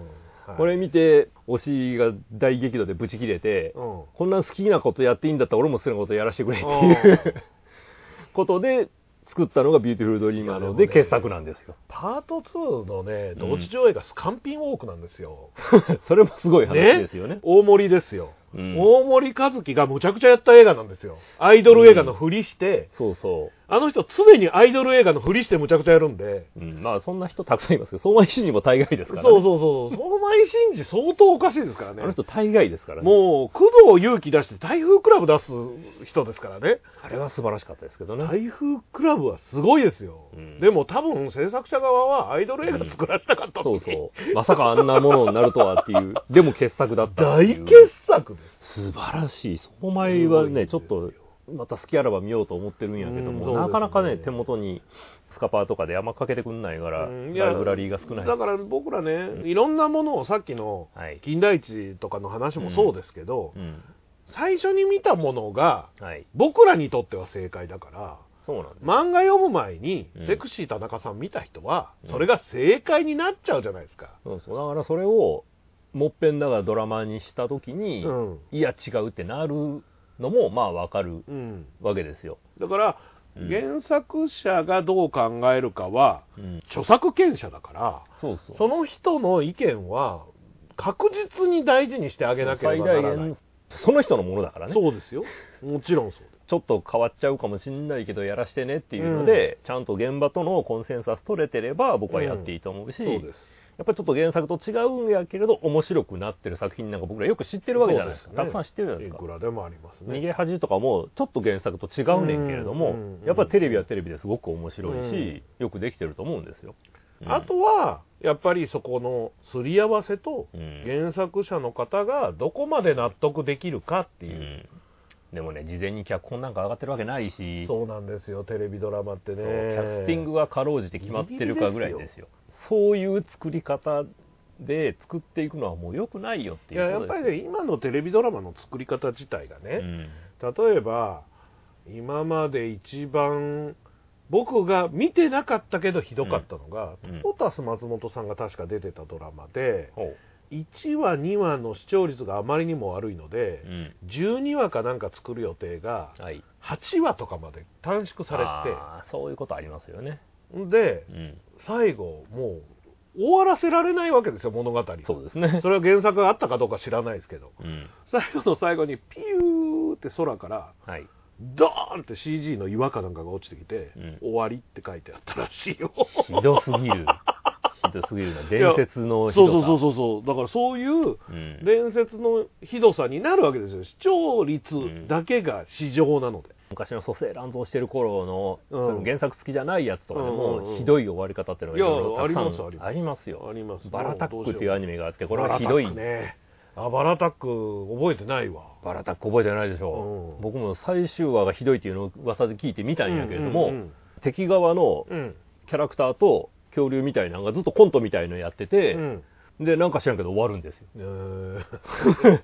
Speaker 1: はい
Speaker 2: これ見て推しが大激怒でブチ切れて、 [laughs]
Speaker 1: うん
Speaker 2: こんな好きなことやっていいんだったら俺も好きなことやらせてくれっていう、ことで作ったのが「ビューティフル・ドリーマー」なの
Speaker 1: いやでも
Speaker 2: で
Speaker 1: ね
Speaker 2: 傑作なんですよ [laughs]
Speaker 1: パート2のね同時上映がスカンピンウォークなんですよ、
Speaker 2: それもすごい話ですよね
Speaker 1: 大盛りですよ
Speaker 2: うん
Speaker 1: 大森和樹がむちゃくちゃやった映画なんですよアイドル映画のふりして、
Speaker 2: そうそ
Speaker 1: あの人常にアイドル映画のふりしてむちゃくちゃやるんで、
Speaker 2: う、うん、まあそんな人たくさんいますけど相馬維新にも大概です
Speaker 1: そ
Speaker 2: か
Speaker 1: う
Speaker 2: ら、ね、
Speaker 1: そうそう相馬維新寺相当おかしいですからね
Speaker 2: あの人大概ですからね
Speaker 1: もう工藤勇気出して台風クラブ出す人ですからね
Speaker 2: あれは素晴らしかったですけどね、
Speaker 1: 台風クラブはすごいですよ、
Speaker 2: うん
Speaker 1: でも多分制作者側はアイドル映画作らせたかったの
Speaker 2: そ
Speaker 1: に
Speaker 2: うそうまさかあんなものになるとはっていうでも傑作だったって
Speaker 1: 大
Speaker 2: いう
Speaker 1: 傑作です
Speaker 2: 素晴らしいそこ前はね
Speaker 1: す
Speaker 2: ちょ
Speaker 1: ご
Speaker 2: っ
Speaker 1: いですよ
Speaker 2: とまた好きあらば見ようと思ってるんやけど
Speaker 1: うん
Speaker 2: も、
Speaker 1: そうですね
Speaker 2: なかなかね手元にスカパーとかで山かけてくんないから、
Speaker 1: うんいや
Speaker 2: ライブラリーが少ない
Speaker 1: だから僕らね、いろんなものをさっきの
Speaker 2: はい、
Speaker 1: 金田一とかの話もそうですけど、
Speaker 2: うん、
Speaker 1: 最初に見たものが
Speaker 2: はい
Speaker 1: 僕らにとっては正解だから
Speaker 2: そうなんです、
Speaker 1: 漫画読む前に
Speaker 2: うん
Speaker 1: セクシー田中さん見た人は
Speaker 2: うん
Speaker 1: それが正解になっちゃうじゃないですか、
Speaker 2: そうそうだからそれをもっぺんだからドラマにした時に、
Speaker 1: うん
Speaker 2: いや違うってなるのもまあわかる
Speaker 1: うん、
Speaker 2: わけですよ、
Speaker 1: だから
Speaker 2: うん
Speaker 1: 原作者がどう考えるかは
Speaker 2: うん、
Speaker 1: 著作権者だから
Speaker 2: そうそう
Speaker 1: その人の意見は確実に大事にしてあげなければなら
Speaker 2: 最大
Speaker 1: ない
Speaker 2: 限その人のものだからね
Speaker 1: そうですよもちろんそうです
Speaker 2: ちょっと変わっちゃうかもしれないけどやらしてねっていうので、ちゃんと現場とのコンセンサス取れてれば僕はやっていいと思うし、
Speaker 1: そうです
Speaker 2: やっぱりちょっと原作と違うんやけれど面白くなってる作品なんか僕らよく知ってるわけじゃないですか
Speaker 1: そう
Speaker 2: たくさん知ってるじゃないです
Speaker 1: い
Speaker 2: か
Speaker 1: くらでもありますね
Speaker 2: 逃げ恥とかもちょっと原作と違うねんけれども、
Speaker 1: うんうんうん
Speaker 2: やっぱりテレビはテレビですごく面白いし、よくできてると思うんですよ、うん
Speaker 1: あとはやっぱりそこのすり合わせと
Speaker 2: うん
Speaker 1: 原作者の方がどこまで納得できるかって
Speaker 2: う
Speaker 1: いう、
Speaker 2: んでもね事前に脚本なんか上がってるわけないし
Speaker 1: そうなんですよテレビドラマってね
Speaker 2: そうキャスティングがかろうじて決まってるかぐらいで
Speaker 1: ギリ
Speaker 2: すよ
Speaker 1: ギリで
Speaker 2: そういう作り方で作っていくのはもう良くないよって
Speaker 1: い
Speaker 2: い
Speaker 1: や
Speaker 2: う
Speaker 1: や
Speaker 2: こ
Speaker 1: っ
Speaker 2: と
Speaker 1: ぱ
Speaker 2: です
Speaker 1: りね今のテレビドラマの作り方自体がね、例えば今まで一番僕が見てなかったけどひどかったのが、
Speaker 2: うん
Speaker 1: トータス松本さんが確か出てたドラマで
Speaker 2: うんほ
Speaker 1: 1話2話の視聴率があまりにも悪いので
Speaker 2: う、うん
Speaker 1: 12話かなんか作る予定が
Speaker 2: はい
Speaker 1: 8話とかまで短縮され
Speaker 2: あーそういうことありますよね、
Speaker 1: てで
Speaker 2: うん
Speaker 1: 最後もう終わらせられないわけですよ物語
Speaker 2: そうですね
Speaker 1: それは原作があったかどうか知らないですけど
Speaker 2: うん
Speaker 1: 最後の最後にピューって空から
Speaker 2: はい
Speaker 1: ドーンって CG の岩かなんかが落ちてきて、
Speaker 2: うん
Speaker 1: 終わりって書いてあったらしい
Speaker 2: [laughs]
Speaker 1: よ
Speaker 2: ひどすぎ [laughs] るひどすぎるな伝説のひ
Speaker 1: そう
Speaker 2: どさ
Speaker 1: そうそうそうそうだからそういう
Speaker 2: うん
Speaker 1: 伝説のひどさになるわけですよ視聴率だけが市場なので、
Speaker 2: 昔の蘇生乱造してる頃の、
Speaker 1: うん
Speaker 2: その原作付きじゃないやつとかで
Speaker 1: うんうんう
Speaker 2: も
Speaker 1: ん
Speaker 2: ひどい終わり方っていうのがろろ
Speaker 1: いや
Speaker 2: たく
Speaker 1: あります
Speaker 2: さんありますよ
Speaker 1: あります
Speaker 2: バラタックっていうアニメがあってこ
Speaker 1: こ
Speaker 2: れ
Speaker 1: れ
Speaker 2: は
Speaker 1: は
Speaker 2: ひ
Speaker 1: ひ
Speaker 2: ど
Speaker 1: ど
Speaker 2: い
Speaker 1: いねあバラタック覚えてないわ
Speaker 2: バラタック覚えてないでしょ、
Speaker 1: うん
Speaker 2: 僕も最終話がひどいっていうのを噂で聞いてみたんやけれども、
Speaker 1: うん
Speaker 2: 敵側の
Speaker 1: うんうん
Speaker 2: キャラクターと恐竜みたいなのがずっとコントみたいのやってて、
Speaker 1: うん
Speaker 2: でなんか知らんけど終わるんですよ
Speaker 1: うんえー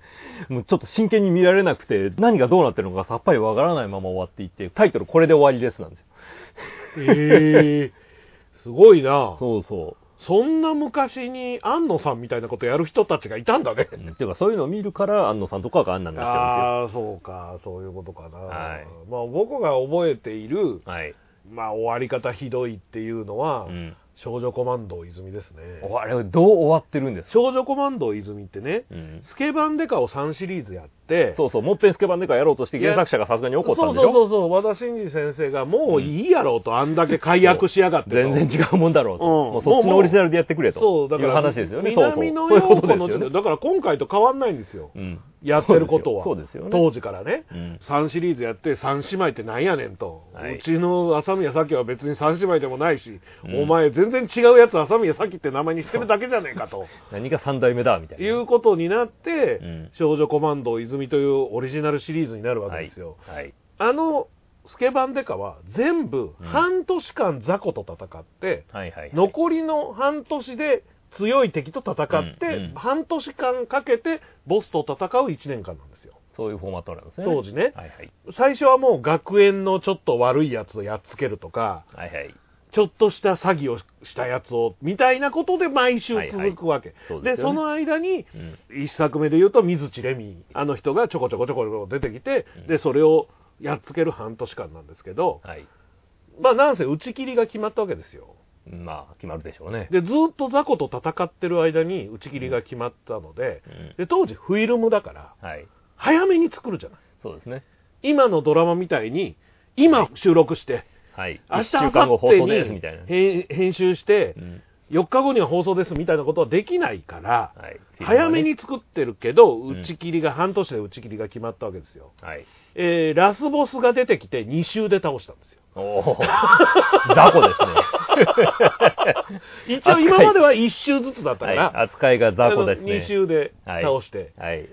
Speaker 2: [laughs] もうちょっと真剣に見られなくて何がどうなってるのかさっぱりわからないまま終わっていってタイトル「これで終わりです」なんですよ
Speaker 1: えー [laughs] すごいなそ
Speaker 2: そうそ
Speaker 1: んな昔に安野さんみたいなことやる人たちがいたんだね
Speaker 2: う、うんっていうかそういうのを見るから安野さんとかがあんなになっちゃうん
Speaker 1: ああそうかそういうことかな、
Speaker 2: はい
Speaker 1: まあ、僕が覚えている
Speaker 2: です、よはい、
Speaker 1: まあ、終わり方ひどいっていうのは、
Speaker 2: うん、
Speaker 1: 少女コマンド泉ですね
Speaker 2: あれどう終わってるんですか、
Speaker 1: 少女コマンド泉ってね
Speaker 2: うん
Speaker 1: スケバンデカを3シリーズやっって
Speaker 2: そうそう、もっぺんスケバンデカやろうとして原作者がさすがに怒ったんでし
Speaker 1: そうそ
Speaker 2: ょ
Speaker 1: うそうそう和田真二先生がもういいやろうと、あんだけ解約しやがってと
Speaker 2: 全然違うもんだろうと。
Speaker 1: うん
Speaker 2: もうそっちのオリジナルでやってくれと。
Speaker 1: そうだから
Speaker 2: いう話ですよね。そうそう。
Speaker 1: 南野
Speaker 2: そういう
Speaker 1: 陽
Speaker 2: こと
Speaker 1: 子
Speaker 2: で
Speaker 1: の時
Speaker 2: すよ
Speaker 1: 代
Speaker 2: ね。
Speaker 1: だから今回と変わんないんですよ、
Speaker 2: うん
Speaker 1: やってることは
Speaker 2: そうですよね。
Speaker 1: 当時からね
Speaker 2: うん
Speaker 1: 3シリーズやって3姉妹ってなんやねんと、
Speaker 2: はいう
Speaker 1: ちの朝宮咲は別に3姉妹でもないし、
Speaker 2: うん
Speaker 1: お前全然違うやつ朝宮咲って名前にしてるだけじゃねえかと
Speaker 2: 何が三代目だみたいな。
Speaker 1: いうことになって、
Speaker 2: うん
Speaker 1: 少女コマンド泉というオリジナルシリーズになるわけですよ、
Speaker 2: はい。はい
Speaker 1: あのスケバンデカは全部半年間雑魚と戦って、
Speaker 2: はいはい。
Speaker 1: 残りの半年で強い敵と戦って、
Speaker 2: うんうん
Speaker 1: 半年間かけてボスと戦う1年間なんですよ
Speaker 2: そういうフォーマットなんですね。
Speaker 1: 当時ね
Speaker 2: はいはい。
Speaker 1: 最初はもう学園のちょっと悪いやつをやっつけるとか
Speaker 2: はいはい。
Speaker 1: ちょっとした詐欺をしたやつをみたいなことで毎週続くわけ、
Speaker 2: はいはいそう
Speaker 1: で
Speaker 2: ですよね
Speaker 1: その間に
Speaker 2: うん。
Speaker 1: 1作目で言うと水地レミあの人がちょこちょこちょこちょこ出てきて、
Speaker 2: うん
Speaker 1: でそれをやっつける半年間なんですけど、
Speaker 2: はい。
Speaker 1: まあなんせ打ち切りが決まったわけですよ
Speaker 2: まあ、決まるでしょうね。
Speaker 1: でずっと雑魚と戦ってる間に打ち切りが決まったので
Speaker 2: うん
Speaker 1: で当時フィルムだから
Speaker 2: はい。
Speaker 1: 早めに作るじゃない
Speaker 2: そうですね。
Speaker 1: 今のドラマみたいに今収録して、
Speaker 2: はい。
Speaker 1: 明
Speaker 2: 一
Speaker 1: 日
Speaker 2: 週
Speaker 1: 明
Speaker 2: 間後
Speaker 1: 後
Speaker 2: 放
Speaker 1: 日
Speaker 2: 送です、
Speaker 1: に
Speaker 2: みたいな。
Speaker 1: 編編集して
Speaker 2: うん
Speaker 1: 4日後には放送ですみたいなことはできないから
Speaker 2: はい。
Speaker 1: 早めに作ってるけど
Speaker 2: うん
Speaker 1: 打ち切りが半年で打ち切りが決まったわけですよ、
Speaker 2: はい。
Speaker 1: えーラスボスが出てきて2周で倒したんですよ
Speaker 2: おお。雑魚
Speaker 1: [laughs]
Speaker 2: ですね。
Speaker 1: 一応今までは1周ずつだったか
Speaker 2: はい。
Speaker 1: ら、
Speaker 2: 扱いが雑魚です
Speaker 1: 2
Speaker 2: ね。
Speaker 1: 周で
Speaker 2: はい
Speaker 1: 倒して、
Speaker 2: はい。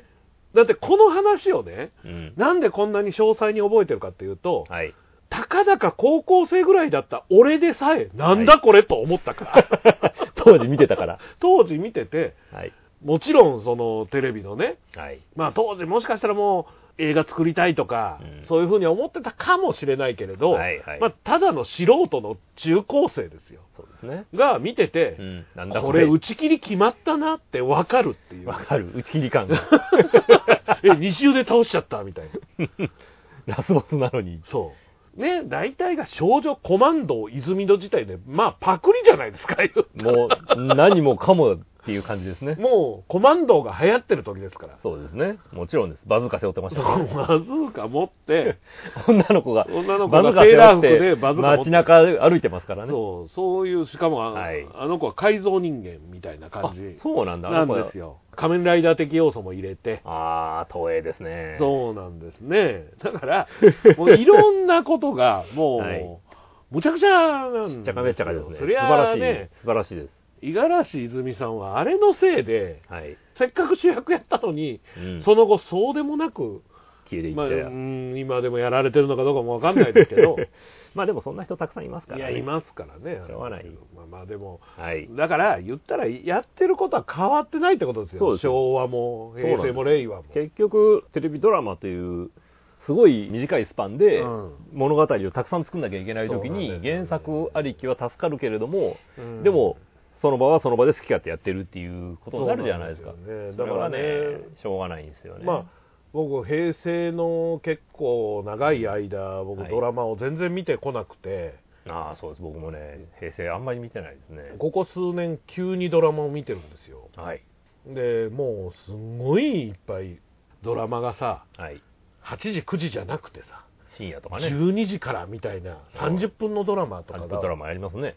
Speaker 1: だってこの話をね
Speaker 2: うん。
Speaker 1: なんでこんなに詳細に覚えてるかっていうと、
Speaker 2: はい。
Speaker 1: たかだか高校生ぐらいだった俺でさえ、なんだこれと思ったから、 [laughs]
Speaker 2: 当時見てたから。
Speaker 1: 当時見てて、
Speaker 2: はい。
Speaker 1: もちろんそのテレビのね、
Speaker 2: はい。
Speaker 1: まあ、当時、もしかしたらもう映画作りたいとか、
Speaker 2: うん
Speaker 1: そういうふうに思ってたかもしれないけれど、
Speaker 2: はいはい
Speaker 1: まあ、ただの素人の中高生ですよ、
Speaker 2: そうですね。
Speaker 1: が見てて、
Speaker 2: うん。なんだ
Speaker 1: こ
Speaker 2: こ
Speaker 1: れ、
Speaker 2: れ。
Speaker 1: 打ち切り決まったなって分かるっていう、
Speaker 2: わかる。打ち切り感が。 [laughs]
Speaker 1: え2周で倒しちゃったみたいな。
Speaker 2: ラスボスなのに。
Speaker 1: そう。ね、大体が少女コマンド泉の時代で、まあパクリじゃないですか、 [laughs] 言う
Speaker 2: もう、何もかもっていう感じですね。
Speaker 1: [laughs] もうコマンドが流行ってる時ですから。
Speaker 2: そうですね。もちろんです。バズーカ背負ってまし
Speaker 1: [laughs]
Speaker 2: たからね。
Speaker 1: バズーカ持って、
Speaker 2: [laughs] 女の子が、
Speaker 1: 女の子
Speaker 2: バ
Speaker 1: が
Speaker 2: ズーカ
Speaker 1: セ
Speaker 2: 背
Speaker 1: ーラー
Speaker 2: 負っ
Speaker 1: 服で
Speaker 2: て、
Speaker 1: バズーカ持っ
Speaker 2: 街
Speaker 1: て。
Speaker 2: 中歩いてますからね。
Speaker 1: そう、そういう、しかもあの,、
Speaker 2: はい
Speaker 1: あの子は改造人間みたいな
Speaker 2: あ
Speaker 1: 感じ
Speaker 2: そうなんだ。
Speaker 1: なんですよ。仮面ライダー的要素も入れて。
Speaker 2: ああ、東映ですね。
Speaker 1: そうなんですね。だ [laughs] から、もういろんなことが、もう、
Speaker 2: はい
Speaker 1: むちゃくちゃなんです
Speaker 2: ち
Speaker 1: よ
Speaker 2: っちゃかめっちゃかですね。
Speaker 1: そ
Speaker 2: 素
Speaker 1: り
Speaker 2: 晴
Speaker 1: ゃ
Speaker 2: ら
Speaker 1: あ
Speaker 2: しい、
Speaker 1: ね、
Speaker 2: 素晴らしいです。
Speaker 1: 五十嵐泉さんはあれのせいで、
Speaker 2: はい。
Speaker 1: せっかく主役やったのに、
Speaker 2: うん
Speaker 1: その後、そうでもなく、
Speaker 2: 消えていっ
Speaker 1: まあ、う
Speaker 2: たよ
Speaker 1: ん今でもやられてるのかどうかもわかんないですけ
Speaker 2: [laughs]
Speaker 1: ど、
Speaker 2: まあでもそんな人たくさんいますか
Speaker 1: い
Speaker 2: ら
Speaker 1: や、
Speaker 2: ね。
Speaker 1: いますからね、
Speaker 2: しょうがない
Speaker 1: まあ、まあでも、
Speaker 2: はい。
Speaker 1: だから、言ったら、やってることは変わってないってことですよ、
Speaker 2: そうです
Speaker 1: 昭和も、
Speaker 2: そうなんです
Speaker 1: 平成も、令和も。
Speaker 2: 結局、テレビドラマという、すごい短いスパンで、
Speaker 1: うん
Speaker 2: 物語をたくさん作んなきゃいけない時
Speaker 1: そうな
Speaker 2: に、
Speaker 1: んですよね
Speaker 2: 原作ありきは助かるけれども、
Speaker 1: うん
Speaker 2: でも、その場はその場で好き勝手やってるっていうことになるじゃないですか。
Speaker 1: そうなんですよね
Speaker 2: それはね
Speaker 1: だからね
Speaker 2: しょうがないんですよね。
Speaker 1: まあ、僕、平成の結構長い間、僕、
Speaker 2: はい
Speaker 1: ドラマを全然見てこなくて、
Speaker 2: ああ、そうです。僕もね、平成あんまり見てないですね。
Speaker 1: ここ数年、急にドラマを見てるんですよ。
Speaker 2: はい。
Speaker 1: でもう、すごいいっぱい、ドラマがさ、
Speaker 2: はい。
Speaker 1: 8時、9時じゃなくてさ、
Speaker 2: 深夜とかね。
Speaker 1: 12時からみたいな30分のドラマとか
Speaker 2: 30分ドラ
Speaker 1: が
Speaker 2: マやりますね。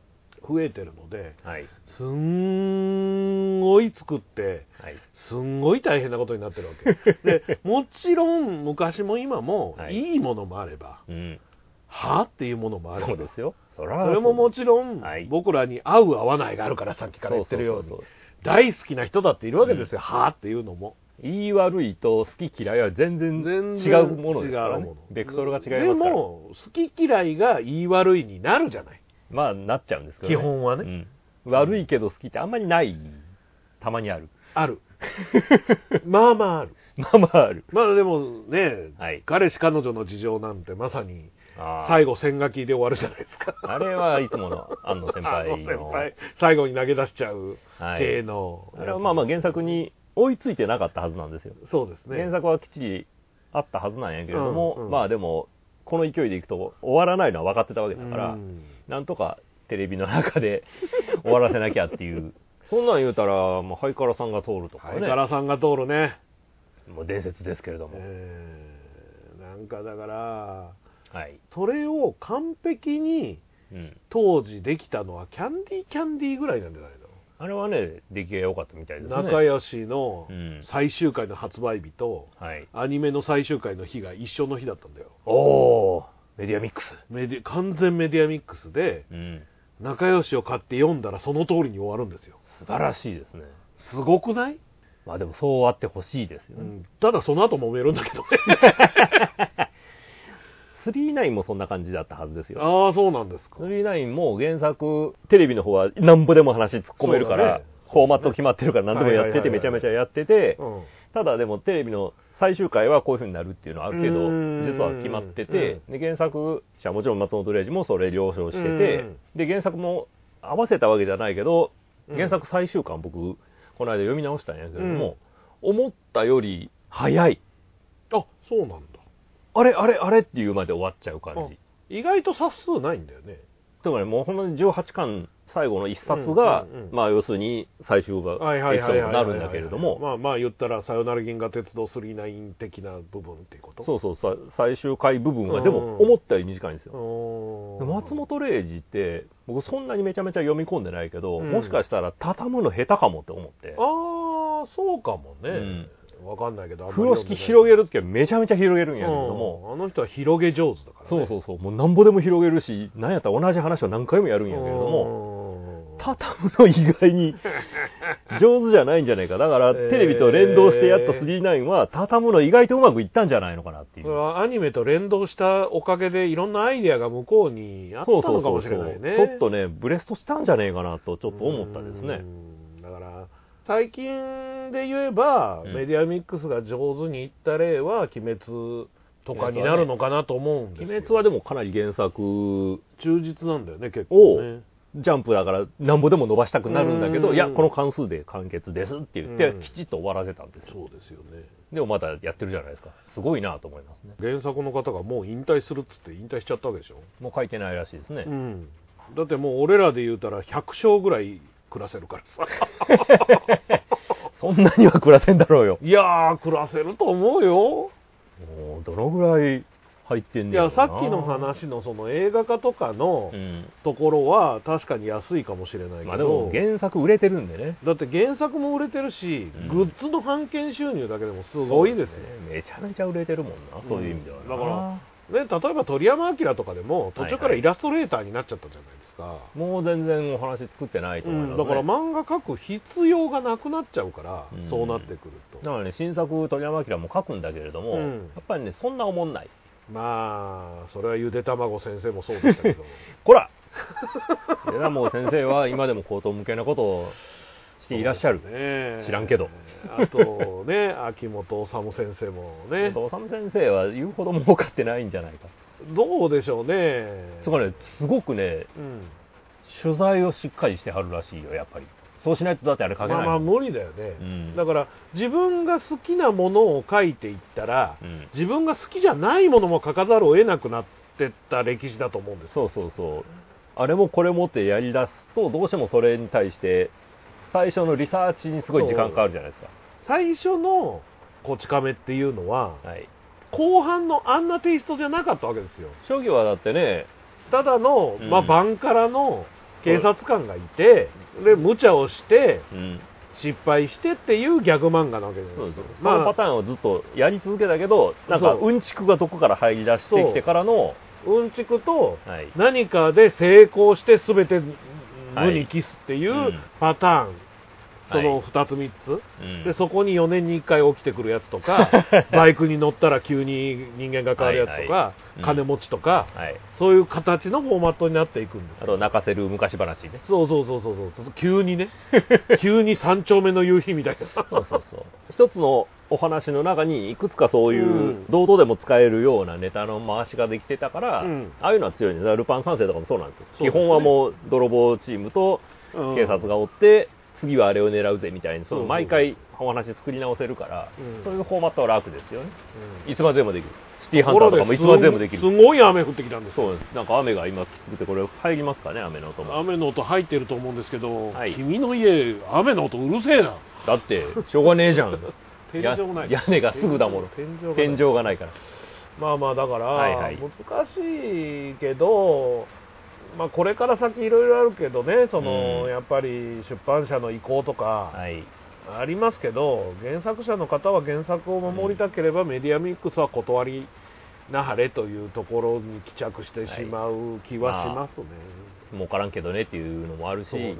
Speaker 1: 増えてるので
Speaker 2: はい。
Speaker 1: すんごい作って
Speaker 2: はい。
Speaker 1: すんごい大変なことになってるわ
Speaker 2: [laughs]
Speaker 1: けでもちろん昔も今も
Speaker 2: はい
Speaker 1: いいものもあれば
Speaker 2: うん。
Speaker 1: はあっていうものもあれ
Speaker 2: そう
Speaker 1: ば
Speaker 2: ですよ。そら
Speaker 1: それももちろん
Speaker 2: はい
Speaker 1: 僕らに合う合わないがあるからさっきから言ってるように
Speaker 2: そうそう
Speaker 1: 大好きな人だっているわけですよはあっていうのも
Speaker 2: 言い悪いと好き嫌いは全然
Speaker 1: 全
Speaker 2: 違
Speaker 1: 然
Speaker 2: うものですから、
Speaker 1: 違う
Speaker 2: ね
Speaker 1: もの、
Speaker 2: ベクトルが違いますか
Speaker 1: で
Speaker 2: ら
Speaker 1: も好き嫌いが言い悪いになるじゃない
Speaker 2: まあなっちゃうんですけど、
Speaker 1: 基本はね
Speaker 2: うん悪いけど好きってあんまりないたまにある
Speaker 1: ある [laughs] まあまあある
Speaker 2: [laughs] まあまあある
Speaker 1: まあでもね、
Speaker 2: はい
Speaker 1: 彼氏彼女の事情なんてまさに
Speaker 2: あー
Speaker 1: 最後線書きで終わるじゃないですか。
Speaker 2: あれはいつもの安野先輩
Speaker 1: あ
Speaker 2: の
Speaker 1: の先輩最後に投げ出しちゃう
Speaker 2: はい
Speaker 1: 系の、
Speaker 2: あれはまあまあ原作に追いついてなかったはずなんですよ、
Speaker 1: そうですね
Speaker 2: 原作はきっちりあったはずなんやけれども、
Speaker 1: うんうん
Speaker 2: まあでもこの勢いでいくと終わらないのは分かってたわけだから、
Speaker 1: うん
Speaker 2: なんとかテレビの中で [laughs] 終わらせなきゃっていうそんなん言うたらもうハイカラさんが通るとか
Speaker 1: ハイ
Speaker 2: ね
Speaker 1: カラさんが通るね
Speaker 2: もう伝説ですけれども、
Speaker 1: えーなんかだから
Speaker 2: はい、
Speaker 1: それを完璧に
Speaker 2: うん、
Speaker 1: 当時できたのはキャンディーキャンディーぐらいなんじゃない
Speaker 2: あれはね出来が良かったみたいですね
Speaker 1: の、仲良しの
Speaker 2: うん
Speaker 1: 最終回の発売日と
Speaker 2: はい
Speaker 1: アニメの最終回の日が一緒の日だったんだよ
Speaker 2: おおーメディアミックス
Speaker 1: メディ完全メディアミックスで
Speaker 2: うん
Speaker 1: 仲良しを買って読んだらその通りに終わるんですよ
Speaker 2: 素晴らしいですね
Speaker 1: すごくない、
Speaker 2: まあでもそうあってほしいですよ
Speaker 1: う
Speaker 2: ね、
Speaker 1: んただその後も揉めるんだけどね
Speaker 2: 39もそんな感じだったはずですよ
Speaker 1: ああそうなんですか
Speaker 2: 39も原作テレビの方はなんぼでも話突っ込めるから、
Speaker 1: そうだね
Speaker 2: フォーマット決まってるから何でもやってて
Speaker 1: はいはいはいはい
Speaker 2: めちゃめちゃやってて
Speaker 1: うん
Speaker 2: ただでもテレビの最終回はこういう風になるっていうのはあるけど
Speaker 1: うーん
Speaker 2: 実は決まってて、で原作者もちろん松本零士もそれ了承してて
Speaker 1: うん
Speaker 2: で原作も合わせたわけじゃないけど
Speaker 1: うん
Speaker 2: 原作最終巻僕この間読み直したんやけれども、思ったより早い
Speaker 1: あそうなんだ
Speaker 2: あれあれあれっていうまで終わっちゃう感じ
Speaker 1: 意外と冊数ないんだよね
Speaker 2: だからもうほんまに18巻最後の一冊が、
Speaker 1: うんうんうん
Speaker 2: まあ要するに最終話
Speaker 1: はいはい
Speaker 2: エピソ
Speaker 1: はい
Speaker 2: ー
Speaker 1: は
Speaker 2: ド
Speaker 1: い
Speaker 2: になるんだけれども
Speaker 1: まあまあ言ったら「さよなら銀河鉄道999」的な部分っていうこと
Speaker 2: そううそうさ最終回部分はで
Speaker 1: うんう
Speaker 2: も
Speaker 1: ん
Speaker 2: 思ったより短いんですよ、
Speaker 1: うーん
Speaker 2: 松本零士って僕そんなにめちゃめちゃ読み込んでないけど、
Speaker 1: うん
Speaker 2: もしかしたら畳むの下手かもって思って
Speaker 1: ああそうかもね、
Speaker 2: うん
Speaker 1: わかんないけどあんまり
Speaker 2: 風呂敷広げる時はめちゃめちゃ広げるんやけれども、
Speaker 1: うんあの人は広げ上手だから、ね、
Speaker 2: そうそうそうもうなんぼでも広げるしなんやったら同じ話を何回もやるん
Speaker 1: う
Speaker 2: やけれども
Speaker 1: も
Speaker 2: 畳むの意外に上手じゃないんじゃないかだから
Speaker 1: えー
Speaker 2: テレビと連動してやった39は畳むの意外とうまくいったんじゃないのかなってい
Speaker 1: それ
Speaker 2: う
Speaker 1: はアニメと連動したおかげでいろんなアイデアが向こうにあった
Speaker 2: そうそ
Speaker 1: の
Speaker 2: う
Speaker 1: か
Speaker 2: そう
Speaker 1: も
Speaker 2: そ
Speaker 1: し
Speaker 2: う
Speaker 1: れないね
Speaker 2: ちょっとねブレストしたんじゃねえかなとちょっと思ったです
Speaker 1: う
Speaker 2: ね
Speaker 1: んだから最近で言えば、
Speaker 2: うん
Speaker 1: メディアミックスが上手にいった例は「鬼滅」とかになるのかなと思うんですよ
Speaker 2: 鬼滅はでもかなり原作
Speaker 1: 忠実なんだよね結構ね
Speaker 2: ジャンプだからなんぼでも伸ばしたくなるんだけ
Speaker 1: う
Speaker 2: ど
Speaker 1: ん
Speaker 2: いやこの関数で完結ですって言って
Speaker 1: うん
Speaker 2: きちっと終わらせたんです
Speaker 1: そ
Speaker 2: よ
Speaker 1: うですよね
Speaker 2: でもまだやってるじゃないですかすごいなと思いますね
Speaker 1: 原作の方がもう引退するっつって引退しちゃったわけでしょ、
Speaker 2: もう書いてないらしいですね
Speaker 1: うん、だってもう俺らで言うたら100勝ぐらい暮らせるからさ
Speaker 2: そんなには暮らせんだろうよ
Speaker 1: いやー暮らせると思うよ
Speaker 2: もうどのぐらい入ってん
Speaker 1: い
Speaker 2: ねやろ
Speaker 1: や
Speaker 2: な
Speaker 1: さっきの話のその映画化とかの
Speaker 2: うん
Speaker 1: ところは確かに安いかもしれないけど、
Speaker 2: まあでも原作売れてるんでね
Speaker 1: だって原作も売れてるし、
Speaker 2: うん
Speaker 1: グッズの版権収入だけでもすごいですよ、
Speaker 2: めちゃめちゃ売れてるもんなそういう意味ではな
Speaker 1: うんだからね、例えば鳥山明とかでも途中からイラストレーターになっちゃったじゃないですか、
Speaker 2: もう全然お話作ってないと思います、
Speaker 1: う
Speaker 2: ね
Speaker 1: ん、だから漫画描く必要がなくなっちゃうから、
Speaker 2: うん
Speaker 1: そうなってくる
Speaker 2: だ
Speaker 1: と
Speaker 2: からね新作鳥山明も書くんだけれども、
Speaker 1: うん
Speaker 2: やっぱりねそんな思んない
Speaker 1: まあそれはゆで卵先生もそうでしたけど
Speaker 2: こらいやもう先生は今でも高等向けなことを [laughs] していらっしゃる、
Speaker 1: そうですね
Speaker 2: 知らんけど
Speaker 1: あと
Speaker 2: [laughs]
Speaker 1: ね秋元治先生もね
Speaker 2: おさむ先生は言うほど儲かってないんじゃないか
Speaker 1: どうでしょうね
Speaker 2: そこねすごくね
Speaker 1: うん
Speaker 2: 取材をしっかりしてはるらしいよやっぱりそうしないとだってあれ書け
Speaker 1: ま
Speaker 2: な
Speaker 1: あ
Speaker 2: い
Speaker 1: まあ
Speaker 2: もん、
Speaker 1: 無理だよね、
Speaker 2: うん
Speaker 1: だから自分が好きなものを書いていったら、
Speaker 2: うん
Speaker 1: 自分が好きじゃないものも書かざるを得なくなってった歴史だと思うんですよ
Speaker 2: そうそうそうあれもこれもってやりだすとどうしてもそれに対して最初のリサーチにすごい時間かかるじゃないです
Speaker 1: 最初の「こち亀」っていうのは
Speaker 2: か、はい、
Speaker 1: 後半のあんなテイストじゃなかったわけですよ
Speaker 2: 将棋はだってね
Speaker 1: ただの、
Speaker 2: うん
Speaker 1: まあ、バンカラの警察官がいてで無茶をして
Speaker 2: うん
Speaker 1: 失敗してっていうギャグ漫画なわけじゃない
Speaker 2: そ
Speaker 1: うですか、
Speaker 2: そのパターンをずっとやり続けたけどなんか
Speaker 1: そう
Speaker 2: うんちくがどこから入り出してきてからの、
Speaker 1: うんちくと
Speaker 2: はい、
Speaker 1: 何かで成功して全て無に帰すってい
Speaker 2: はいう
Speaker 1: うんパターン、そ
Speaker 2: は
Speaker 1: の
Speaker 2: い
Speaker 1: 2つ3つ、
Speaker 2: うん
Speaker 1: でそこに4年に1回起きてくるやつとか
Speaker 2: [laughs]
Speaker 1: バイクに乗ったら急に人間が変わるやつとか、
Speaker 2: はうん
Speaker 1: 金持ちとか、
Speaker 2: はい、
Speaker 1: そういう形のフォーマットになっていくんです
Speaker 2: あ
Speaker 1: よ
Speaker 2: と泣かせる昔話ね
Speaker 1: そうそうそうそうそう急にね [laughs] 急に三丁目の夕日みたいな
Speaker 2: そうそうそう一つのお話の中にいくつかそういううん堂々でも使えるようなネタの回しができてたから、
Speaker 1: うん
Speaker 2: ああいうのは強いねだからルパン三世とかもそうなんですよ
Speaker 1: そうですね
Speaker 2: 基本はもう泥棒チームと
Speaker 1: うん
Speaker 2: 警察がおって、次はあれを狙うぜみたいにその
Speaker 1: そうそう
Speaker 2: 毎回お話作り直せるから、
Speaker 1: うん
Speaker 2: そういうフォーマットは楽ですよね
Speaker 1: うん
Speaker 2: いつまでもできるシティハンターとかもいつまでもでき
Speaker 1: とこ
Speaker 2: る
Speaker 1: ろですんすごい雨降ってきたんですよ
Speaker 2: そうですなんか雨が今きつくてこれ入りますかね雨の音も
Speaker 1: 雨の音入ってると思うんですけど、
Speaker 2: はい
Speaker 1: 君の家雨の音うるせえな [laughs]
Speaker 2: だってしょうがねえじゃん
Speaker 1: っ天
Speaker 2: や
Speaker 1: 井もない
Speaker 2: 屋根がすぐだもの
Speaker 1: 天井がない
Speaker 2: 天井がないから
Speaker 1: まあまあだから、
Speaker 2: はいはい
Speaker 1: 難しいけど、まあ、これから先いろいろあるけどねその、
Speaker 2: うん
Speaker 1: やっぱり出版社の意向とか
Speaker 2: はい
Speaker 1: ありますけど、原作者の方は原作を守りたければ、メディアミックスは断りなはれというところに帰着してしまう気はしますね。
Speaker 2: 儲からんけどねっていうのもあるし
Speaker 1: そうだね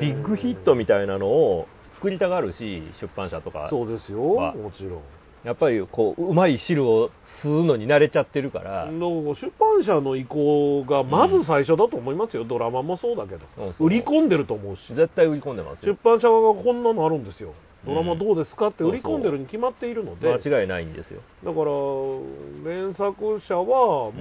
Speaker 2: ビッグヒットみたいなのを作りたがるし出版社とか
Speaker 1: そうですよ、
Speaker 2: は
Speaker 1: もちろん。
Speaker 2: やっぱりこううまい汁を吸うのに慣れちゃってるから、
Speaker 1: の出版社の意向がまず最初だと思いますよ、ドラマもそうだけど、
Speaker 2: うんそう
Speaker 1: 売り込んでると思うし、
Speaker 2: 絶対売り込んでます
Speaker 1: 出
Speaker 2: よ
Speaker 1: 版社側がこんなのあるんですよ、
Speaker 2: うん
Speaker 1: ドラマどうですかって売り込んでるに決まっているので、だから、
Speaker 2: 間違いないんですよ
Speaker 1: 原作者はもう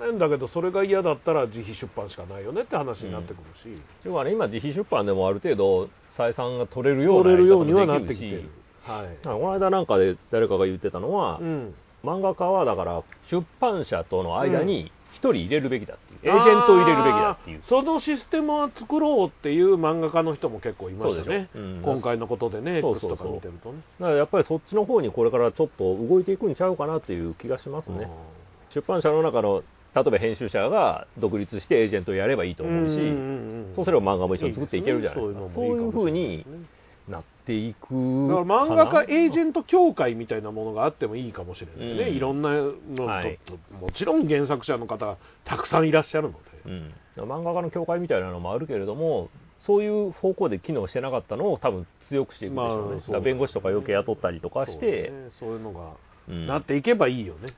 Speaker 1: 残念だけど、それが嫌だったら自費出版しかないよねって話になってくるし、
Speaker 2: だから今自費出版でもある程度採算が取れるよう
Speaker 1: 取
Speaker 2: な
Speaker 1: れる
Speaker 2: やり方
Speaker 1: よ
Speaker 2: も
Speaker 1: うにはなっ
Speaker 2: で
Speaker 1: てき
Speaker 2: き
Speaker 1: て
Speaker 2: るし
Speaker 1: る。はい
Speaker 2: なんかこの間なんかで誰かが言ってたのは、
Speaker 1: うん
Speaker 2: 漫画家はだから出版社との間に1人入れるべきだっていう、エージェントを入れるべきだっていう
Speaker 1: あーそのシステムを作ろうっていう漫画家の人も結構いましたね、
Speaker 2: そうでしょうん
Speaker 1: 今回のことでね、
Speaker 2: そうそうそう
Speaker 1: X とか見てるとね。
Speaker 2: だからやっぱりそっちの方にこれからちょっと動いていくんちゃうかなっていう気がしますね、出版社の中の例えば編集者が独立してエージェントをやればいいと思うし、そうすれば漫画も一緒に作っていけるじゃないで
Speaker 1: そう
Speaker 2: すか
Speaker 1: いうのも
Speaker 2: そういう風
Speaker 1: いい
Speaker 2: に
Speaker 1: かもしれないですね
Speaker 2: なっていく
Speaker 1: だから漫画家エージェ
Speaker 2: ン
Speaker 1: ント協会みたいなものがあってもいいかもしれないね、
Speaker 2: うん
Speaker 1: いろんなのと、
Speaker 2: はい
Speaker 1: ともちろん原作者の方がたくさんいらっしゃるので、
Speaker 2: うん、漫画家の協会みたいなのもあるけれどもそういう方向で機能してなかったのを多分強くしていくでしょう
Speaker 1: ま
Speaker 2: ね,、
Speaker 1: あそうだね
Speaker 2: 弁護士とか余計雇ったりとかして
Speaker 1: そう,、そういうのが、
Speaker 2: うん
Speaker 1: なっていけばいいよね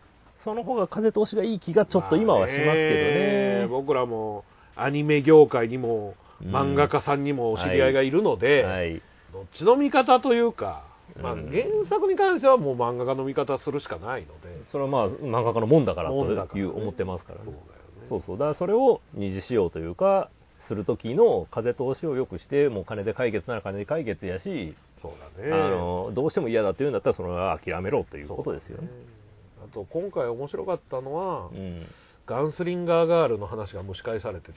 Speaker 2: その方が風通しがいい気がちょっと今はしますけど
Speaker 1: まあ
Speaker 2: ね
Speaker 1: ね。僕らもアニメ業界にも漫画家さんにもお知り合いがいるので、
Speaker 2: はい、
Speaker 1: どっちの見方というか、まあ、
Speaker 2: うん
Speaker 1: 原作に関してはもう漫画家の見方するしかないので、
Speaker 2: それはまあ漫画家のもんだから
Speaker 1: もんだ
Speaker 2: と
Speaker 1: から
Speaker 2: い
Speaker 1: ね
Speaker 2: う思ってますからね
Speaker 1: そうだよね
Speaker 2: そうそうだからそれを二次使用というかする時の風通しを良くしてもう金で解決なら金で解決やし、
Speaker 1: そうだね
Speaker 2: あのどうしても嫌だっていうんだったらそれは諦めろということですよね
Speaker 1: あと今回面白かったのは、
Speaker 2: うん
Speaker 1: ガンスリンガーガールの話が蒸し返されて
Speaker 2: [laughs]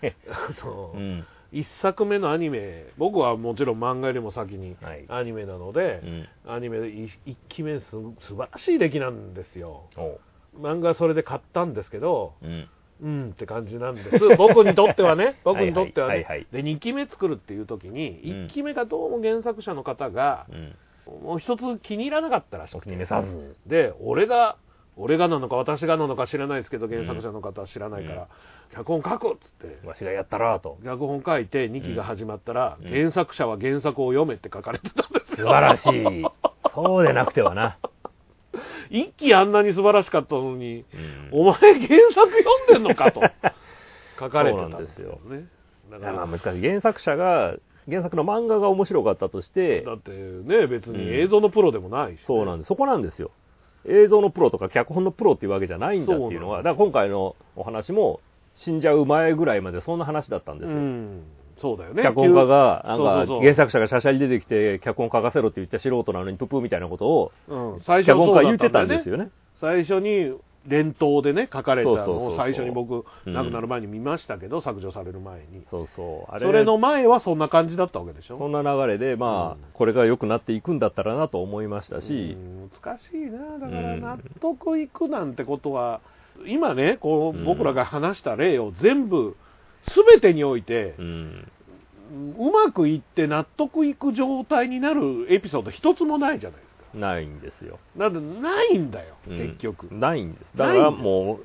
Speaker 1: てあの、
Speaker 2: うん
Speaker 1: 1作目のアニメ僕はもちろん漫画よりも先に
Speaker 2: はい
Speaker 1: アニメなので、
Speaker 2: うん
Speaker 1: アニメ1期目す素晴らしい出来なんですよ
Speaker 2: おう
Speaker 1: 漫画はそれで買ったんですけど
Speaker 2: うん
Speaker 1: うんって感じなんです
Speaker 2: [laughs]
Speaker 1: 僕にとってはね僕にとってはね
Speaker 2: はいはいはい
Speaker 1: で2期目作るっていう時に
Speaker 2: うん
Speaker 1: 1期目がどうも原作者の方が
Speaker 2: う、ん
Speaker 1: もう一つ気に入らなかったらし
Speaker 2: お
Speaker 1: く
Speaker 2: 気
Speaker 1: て
Speaker 2: に召さず
Speaker 1: で俺が俺がなのか私がなのか知らないですけど原作者の方は知らないから、脚本書こうっつって
Speaker 2: わしがやったらと
Speaker 1: 脚本書いて2期が始まったら、
Speaker 2: うん
Speaker 1: 原作者は原作を読めって書かれて [laughs] たんです
Speaker 2: 素
Speaker 1: よ
Speaker 2: 晴らし [laughs] いそうでなくてはな、
Speaker 1: 1期あんなに素晴らしかったのに、
Speaker 2: うん
Speaker 1: お前原作読んでんのかと
Speaker 2: [laughs]
Speaker 1: 書かれてたんですよねだ
Speaker 2: い
Speaker 1: か
Speaker 2: やま
Speaker 1: ら
Speaker 2: あ難しい原作者が原作の漫画が面白かったとして
Speaker 1: だってね別に映像のプロでもないし、
Speaker 2: そうなん
Speaker 1: で
Speaker 2: ですそこなんですよ映像のプロとか脚本のプロっていうわけじゃないんだっていう
Speaker 1: そう
Speaker 2: の
Speaker 1: な
Speaker 2: は
Speaker 1: んです
Speaker 2: だから今回のお話も死んじゃう前ぐらいまでそんな話だったんで
Speaker 1: う
Speaker 2: すよ、
Speaker 1: んそうだよね
Speaker 2: 脚本家がなんか
Speaker 1: そうそうそう
Speaker 2: 原作者がしゃしゃり出てきて脚本書かせろって言った素人なのにププーみたいなことを
Speaker 1: 急うん、最初
Speaker 2: 脚
Speaker 1: はそ
Speaker 2: 本
Speaker 1: う
Speaker 2: 家
Speaker 1: だ
Speaker 2: 言
Speaker 1: っ
Speaker 2: って
Speaker 1: た
Speaker 2: た
Speaker 1: ん
Speaker 2: ん
Speaker 1: だよ
Speaker 2: で
Speaker 1: ね
Speaker 2: すよね
Speaker 1: 最初に連投でね書かれた
Speaker 2: そうそ
Speaker 1: の
Speaker 2: うそうそ
Speaker 1: を
Speaker 2: う
Speaker 1: 最初に僕
Speaker 2: うん
Speaker 1: 亡くなる前に見ましたけど、削除される前に
Speaker 2: そうそうあれ
Speaker 1: それの前はそんな感じだったわけでしょ
Speaker 2: そんな流れでまあ、
Speaker 1: うん
Speaker 2: これが良くなっていくんだったらなと思いましたし
Speaker 1: う、ん難しいなだから
Speaker 2: うん
Speaker 1: 納得いくなんてことは今ねこ
Speaker 2: うん
Speaker 1: う僕らが話した例を全部全てにおいて
Speaker 2: う、ん
Speaker 1: うまくいって納得いく状態になるエピソード一つもないじゃないですか
Speaker 2: ないんですよ、
Speaker 1: なんでないんだよ
Speaker 2: うん
Speaker 1: 結局、
Speaker 2: ないんですだからも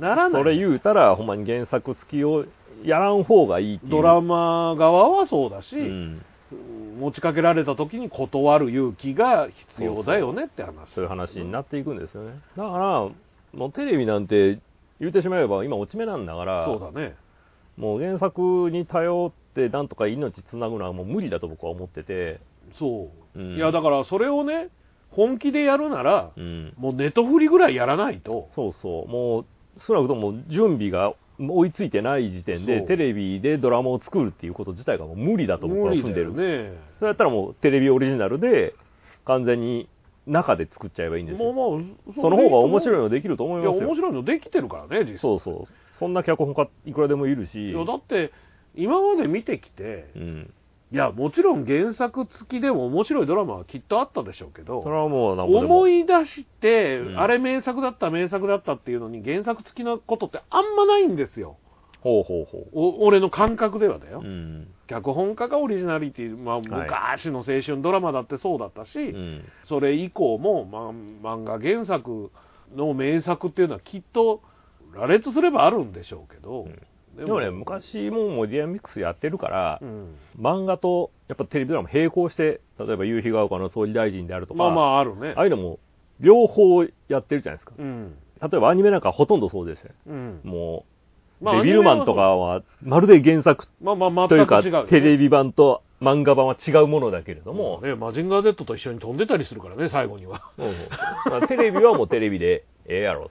Speaker 2: う
Speaker 1: ならない
Speaker 2: それ言うたらほんまに原作付きをやらん方がいいっていう
Speaker 1: ドラマ側はそうだし、
Speaker 2: うん
Speaker 1: 持ちかけられた時に断る勇気が必要だよねって話
Speaker 2: そういう話になっていくんですよねだからもうテレビなんて言ってしまえば今落ち目なんだから
Speaker 1: そうだね
Speaker 2: もう原作に頼ってなんとか命つなぐのはもう無理だと僕は思ってて
Speaker 1: そう、
Speaker 2: うん
Speaker 1: いやだからそれをね本気でやるなら、
Speaker 2: うん
Speaker 1: もうネトフリぐらいやらないと
Speaker 2: そうそうもう少なくとも準備が追いついてない時点で
Speaker 1: そう
Speaker 2: テレビでドラマを作るっていうこと自体がもう無理だと僕は
Speaker 1: 無理だ
Speaker 2: 踏んでる
Speaker 1: よね
Speaker 2: それやったらもうテレビオリジナルで完全に中で作っちゃえばいいんですよ
Speaker 1: もうもう
Speaker 2: その方が面白い
Speaker 1: い
Speaker 2: のできると思い
Speaker 1: や
Speaker 2: ますよ
Speaker 1: 面白いのできてるからね実際
Speaker 2: そうそうそんな脚本家いくらでもいるし
Speaker 1: いやだって今まで見てきて
Speaker 2: うん
Speaker 1: いやもちろん原作付きでも面白いドラマはきっとあったでしょうけ
Speaker 2: それ
Speaker 1: ど
Speaker 2: はもうなんぼでも
Speaker 1: 思い出して、
Speaker 2: うん
Speaker 1: あれ名作だった名作だったっていうのに原作付きのことってあんまないんですよ
Speaker 2: ほうほうほ
Speaker 1: お俺の感覚ではだ
Speaker 2: う
Speaker 1: よ、
Speaker 2: うん
Speaker 1: 脚本家がオリジナリティ、まあ、昔の青春ドラマだってそうだったし、
Speaker 2: うん
Speaker 1: それ以降も、ま、漫画原作の名作っていうのはきっと羅列すればあるんでしょうけど、
Speaker 2: でもね昔ももうディアミックスやってるから
Speaker 1: う、ん
Speaker 2: 漫画とやっぱテレビドラマ並行して例えば夕日が丘の総理大臣であるとか、
Speaker 1: まあまああるね
Speaker 2: ああいうのも両方やってるじゃないですか
Speaker 1: うん
Speaker 2: 例えばアニメなんかほとんどそうですよ
Speaker 1: うん
Speaker 2: もう、
Speaker 1: まあ
Speaker 2: デビルマンとかはまるで原作
Speaker 1: まあまあ
Speaker 2: とい
Speaker 1: 全
Speaker 2: う
Speaker 1: く
Speaker 2: か
Speaker 1: 違うよね、
Speaker 2: テレビ版と漫画版は違うものだけれども
Speaker 1: も、うねマジンガー Z と一緒に飛んでたりするからね最後には
Speaker 2: そうそうまあテレビはもうテレビでええや
Speaker 1: [laughs]
Speaker 2: ろと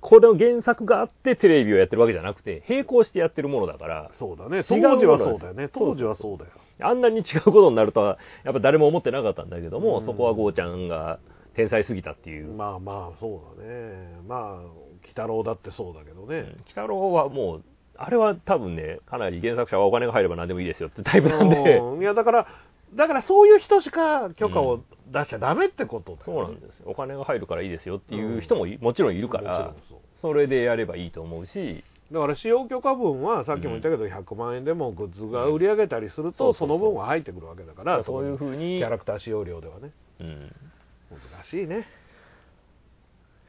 Speaker 2: これの原作があってテレビをやってるわけじゃなくて並行してやってるものだから
Speaker 1: そうだね当
Speaker 2: 違うもの
Speaker 1: 時はそうだよね
Speaker 2: そうそう
Speaker 1: 当時はそうだよ
Speaker 2: あんなに違うことになるとはやっぱ誰も思ってなかったんだけども、
Speaker 1: うん
Speaker 2: そこはゴーちゃんが天才すぎたっていう、
Speaker 1: まあまあそうだねまあ鬼太郎だってそうだけどね、
Speaker 2: うん北郎はもうあれは多分ねかなり原作者はお金が入れば何でもいいですよってタイプなんで、
Speaker 1: うんいやだからだからそういう人しか許可を出しちゃダメってことだ
Speaker 2: そう
Speaker 1: よね、
Speaker 2: なんですよお金が入るからいいですよっていう人もいもちろんいるから
Speaker 1: もちろんそ
Speaker 2: それでやればいいと思うし
Speaker 1: うだから使用許可分はさっきも言ったけど100万円でもグッズが売り上げたりする
Speaker 2: う
Speaker 1: と
Speaker 2: んそ
Speaker 1: そう
Speaker 2: そうそう
Speaker 1: の分は入ってくるわけだから
Speaker 2: そういうふう
Speaker 1: キ
Speaker 2: に
Speaker 1: ャラクター使用料ではね
Speaker 2: うん
Speaker 1: 難しいね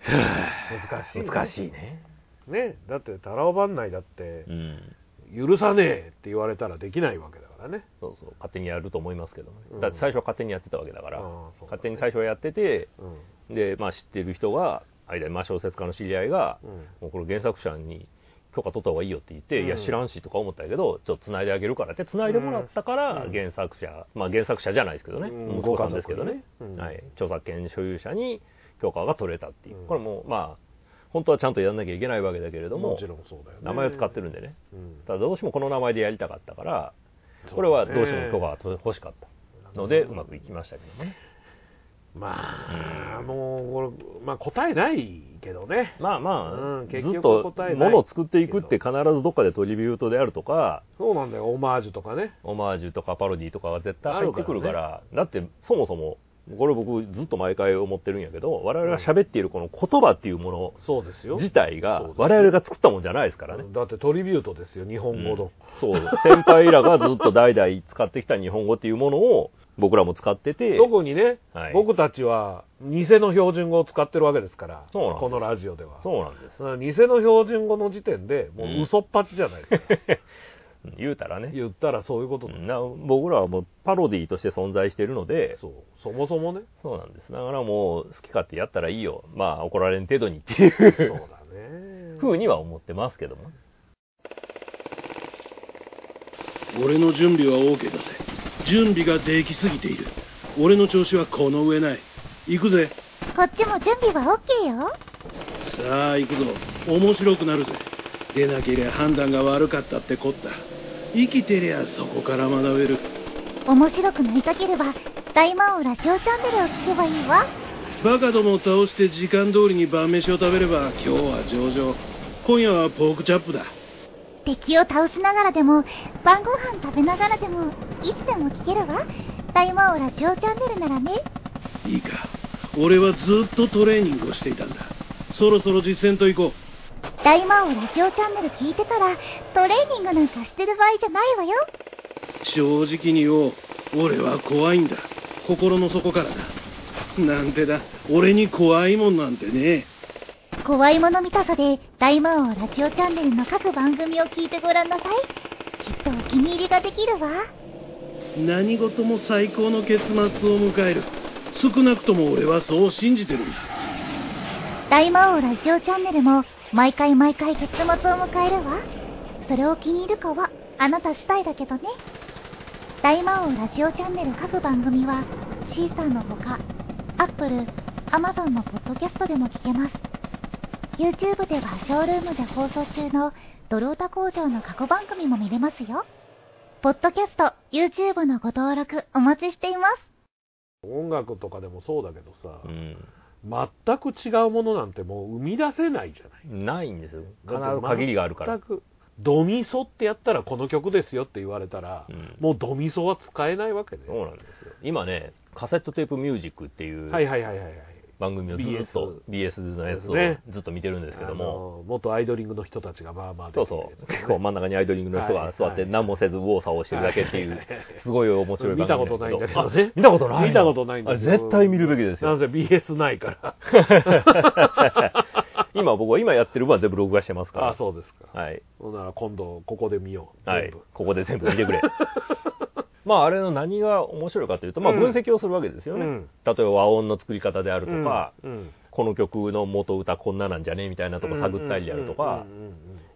Speaker 1: 難しいね
Speaker 2: 難しいね、
Speaker 1: ねだってタラオ番内だって
Speaker 2: うん、
Speaker 1: 許さねえって言われたらできないわけだからね
Speaker 2: そうそう勝手にやると思いますけどね、
Speaker 1: うん
Speaker 2: だって最初は勝手にやってたわけだから、
Speaker 1: ああそうだね
Speaker 2: 勝手に最初はやってて
Speaker 1: うん
Speaker 2: で、まあ、知ってる人が間に、まあ、小説家の知り合いが、
Speaker 1: うん
Speaker 2: もうこれ原作者に許可取った方がいいよって言って、
Speaker 1: うん
Speaker 2: いや知らんしとか思ったけどちょっと繋いであげるからって繋いでもらったから、
Speaker 1: うん
Speaker 2: 原作者、まあ、原作者じゃないですけどね、
Speaker 1: うん
Speaker 2: 息子さんですけどね、
Speaker 1: ご家族にねうん
Speaker 2: はい、著作権所有者に許可が取れたっていう、
Speaker 1: うん
Speaker 2: これもまあ本当はちゃんとやらなきゃいけないわけだけれども
Speaker 1: もちろんそうだよね
Speaker 2: 名前を使ってるんでね
Speaker 1: うん
Speaker 2: ただどうしてもこの名前でやりたかったから
Speaker 1: そうだね
Speaker 2: これはどうしても許可が欲しかったので
Speaker 1: うん
Speaker 2: うまくいきましたけどね
Speaker 1: まあもうこれ、まあ、答えないけどね
Speaker 2: まあまあ、
Speaker 1: うん
Speaker 2: ず
Speaker 1: 結
Speaker 2: っ
Speaker 1: 局
Speaker 2: と
Speaker 1: 答えない
Speaker 2: ものを作っていくって必ずどっかでトリビュートであるとか
Speaker 1: そうなんだよオマージュとかね
Speaker 2: オマージュとかパロディとかは絶対入ってくるからだってそもそもこれ僕ずっと毎回思ってるんやけど我々が喋っているこの言葉っていうも
Speaker 1: そうです
Speaker 2: の
Speaker 1: よ
Speaker 2: 自体が
Speaker 1: そうです
Speaker 2: 我々が作ったもんじゃないですからね
Speaker 1: だってトリビュートですよ日本語の、
Speaker 2: そう先輩らがずっと代々使ってきた日本語っていうものを僕らも使っ
Speaker 1: [laughs]
Speaker 2: てて
Speaker 1: 特にね、
Speaker 2: はい
Speaker 1: 僕たちは偽の標準語を使ってるわけですから
Speaker 2: そうなんで
Speaker 1: こ
Speaker 2: す
Speaker 1: のラジオでは
Speaker 2: そうなんです
Speaker 1: 偽の標準語の時点でもう嘘っぱちじゃないですか、
Speaker 2: うん言うたらね
Speaker 1: 言ったらそういうことだ、
Speaker 2: な僕らはもうパロディーとして存在しているので
Speaker 1: そうそもそも
Speaker 2: [laughs]
Speaker 1: ね
Speaker 2: そうなんですだからもう好き勝手やったらいいよまあ怒られん程度にってい
Speaker 1: [laughs]
Speaker 2: う
Speaker 1: そうだね
Speaker 2: ふうには思ってますけども
Speaker 3: 俺の準備は OK だぜ準備ができすぎている俺の調子はこの上ない行くぜ
Speaker 4: こっちも準備は OK よ。
Speaker 3: さあ行くぞ面白くなるぜ出なけりゃ判断が悪かったってこった生きてりゃそこから学べる
Speaker 4: 面白くなりたければ、大魔王ラジオチャンネルを聞けばいいわ。
Speaker 3: バカどもを倒して時間通りに晩飯を食べれば今日は上々今夜はポークチャップだ
Speaker 4: 敵を倒しながらでも、晩ご飯食べながらでも、いつでも聞けるわ。大魔王ラジオチャンネルならね。
Speaker 3: いいか俺はずっとトレーニングをしていたんだそろそろ実践と行こう
Speaker 4: 大魔王ラジオチャンネル聞いてたら、トレーニングなんかしてる場合じゃないわよ。
Speaker 3: 正直に言おう俺は怖いんだ心の底からだなんてだ俺に怖いもんなんてね
Speaker 4: 怖いもの見たさで、大魔王ラジオチャンネルの各番組を聞いてごらんなさい。きっとお気に入りができるわ。
Speaker 3: 何事も最高の結末を迎える少なくとも俺はそう信じてるんだ
Speaker 4: 大魔王ラジオチャンネルも毎回毎回月末を迎えるわそれを気に入るかはあなた次第だけどね大魔王ラジオチャンネル各番組はシーサーのほか Apple、Amazon のポッドキャストでも聞けます YouTube ではショールームで放送中のドロータ工場の過去番組も見れますよポッドキャスト、YouTube のご登録お待ちしています
Speaker 1: 音楽とかでもそうだけどさ、
Speaker 2: うん
Speaker 1: 全く違うものなんてもう生み出せないじゃない
Speaker 2: ないんですよ必ず限りがあるから
Speaker 1: 全くドミソってやったらこの曲ですよって言われたら、
Speaker 2: うん
Speaker 1: もうドミソは使えないわけね。
Speaker 2: そうなんですよ今ねカセットテープミュージックっていう
Speaker 1: はいはいはいはいはい。
Speaker 2: 番組をずっと BS のやつを
Speaker 1: ね
Speaker 2: ずっと見てるんですけども、
Speaker 1: あの元アイドリングの人たちがまあまあ出
Speaker 2: そう
Speaker 1: てるや
Speaker 2: そ
Speaker 1: つね
Speaker 2: う結構真ん中にアイドリングの人が座
Speaker 1: は
Speaker 2: っ
Speaker 1: いは
Speaker 2: て
Speaker 1: い
Speaker 2: 何もせずウォーサーをしてるだけって
Speaker 1: はい
Speaker 2: い
Speaker 1: うはいはい
Speaker 2: すごい面白い番組
Speaker 1: 見たことないんだけどね
Speaker 2: あ見たことないの
Speaker 1: 見たことないんだ
Speaker 2: あ
Speaker 1: けど
Speaker 2: 絶対見るべきです
Speaker 1: な
Speaker 2: よ
Speaker 1: ぜ BS ないから。
Speaker 2: 今僕は今やってる分は全部録画してますから
Speaker 1: あそうですか。
Speaker 2: はい、
Speaker 1: ほんなら今度ここで見よう。
Speaker 2: はい
Speaker 1: 全部、
Speaker 2: ここで全部見
Speaker 1: [laughs]
Speaker 2: てくれまああれの何が面白いかというと、まあ、
Speaker 1: うん
Speaker 2: 分析をするわけですよね、
Speaker 1: うん
Speaker 2: 例えば和音の作り方であるとか、
Speaker 1: うんうん
Speaker 2: この曲の元歌こんななんじゃねみたいなとこ探ったりであるとか、
Speaker 1: うんうんうんうん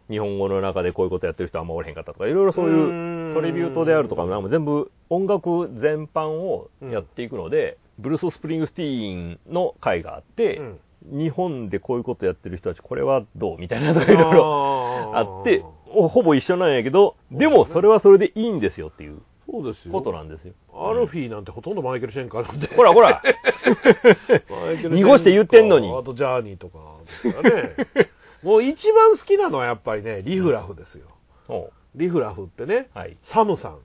Speaker 2: 日本語の中でこういうことやってる人はあんまおれへんかったとかいろいろそういうトリビュートであるとかなんか全部音楽全般をやっていくので、ブルース・スプリングスティーンの回があって、
Speaker 1: うん
Speaker 2: 日本でこういうことやってる人たちこれはどうみたいなと [laughs] かいろいろあっておほぼ一緒なんやけどでもそれはそれでいいんですよっていう
Speaker 1: そうですよ
Speaker 2: ことなんですよ。
Speaker 1: アルフィーなんてほとんどマイケル・シェンカー
Speaker 2: [laughs]
Speaker 1: なんで
Speaker 2: ほらほ
Speaker 1: [laughs]
Speaker 2: ら
Speaker 1: マイケルシェンカー
Speaker 2: 濁して言ってんのに
Speaker 1: あとジャーニーとかですからね
Speaker 2: [laughs]
Speaker 1: もう一番好きなのはやっぱりねリフラフですよ
Speaker 2: お
Speaker 1: リフラフってね
Speaker 2: はい。
Speaker 1: サムさん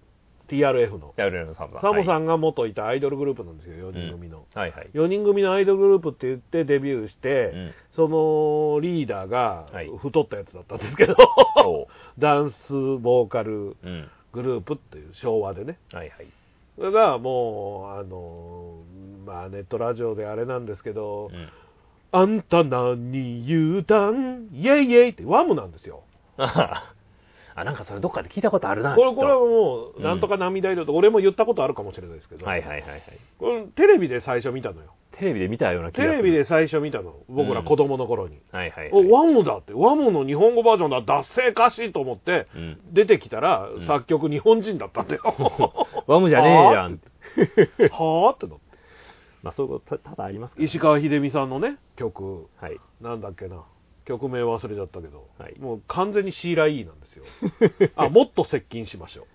Speaker 1: TRF の
Speaker 2: やるやるサムさん。
Speaker 1: サム
Speaker 2: は
Speaker 1: さんが元いたアイドルグループなんですよ4
Speaker 2: い
Speaker 1: 人組の、
Speaker 2: うんはいはい。
Speaker 1: 4人組のアイドルグループって言ってデビューして、
Speaker 2: うん
Speaker 1: そのリーダーが
Speaker 2: はい
Speaker 1: 太ったやつだったんですけど、 [laughs]
Speaker 2: そ
Speaker 1: ダンスボーカル
Speaker 2: う。うん。
Speaker 1: グループっていう昭和でね
Speaker 2: はいはい。
Speaker 1: それがもうあのーまあネットラジオであれなんですけど「
Speaker 2: うん
Speaker 1: あんた何言うたんイェイイェイ」ってワムなんですよ
Speaker 2: [laughs] ああ、なんかそれどっかで聞いたことあるな。
Speaker 1: これこれは
Speaker 2: は
Speaker 1: も
Speaker 2: う
Speaker 1: うんなんとか涙色と、俺も言ったことあるかもしれないですけど、
Speaker 2: はいはいはいはい。
Speaker 1: これテレビで最初見たのよ
Speaker 2: テレビで見たような気が
Speaker 1: テ
Speaker 2: する。
Speaker 1: レビで最初見たの僕ら子供の頃に、
Speaker 2: はいはいはい。
Speaker 1: おワムだってワムの日本語バージョンだ脱せかしいと思って
Speaker 2: うん
Speaker 1: 出てきたら、
Speaker 2: ん
Speaker 1: 作曲日本人だったんだ
Speaker 2: [laughs]
Speaker 1: よ [laughs]
Speaker 2: ワムじゃねえじゃん。
Speaker 1: はあってなって
Speaker 2: まあそういうこと多々ありますから
Speaker 1: 石川秀美さんのね曲
Speaker 2: はい。
Speaker 1: なんだっけな曲名忘れちゃったけど、
Speaker 2: はい
Speaker 1: もう完全にシーラ・イーなんです
Speaker 2: [laughs]
Speaker 1: よあもっと接近しましょ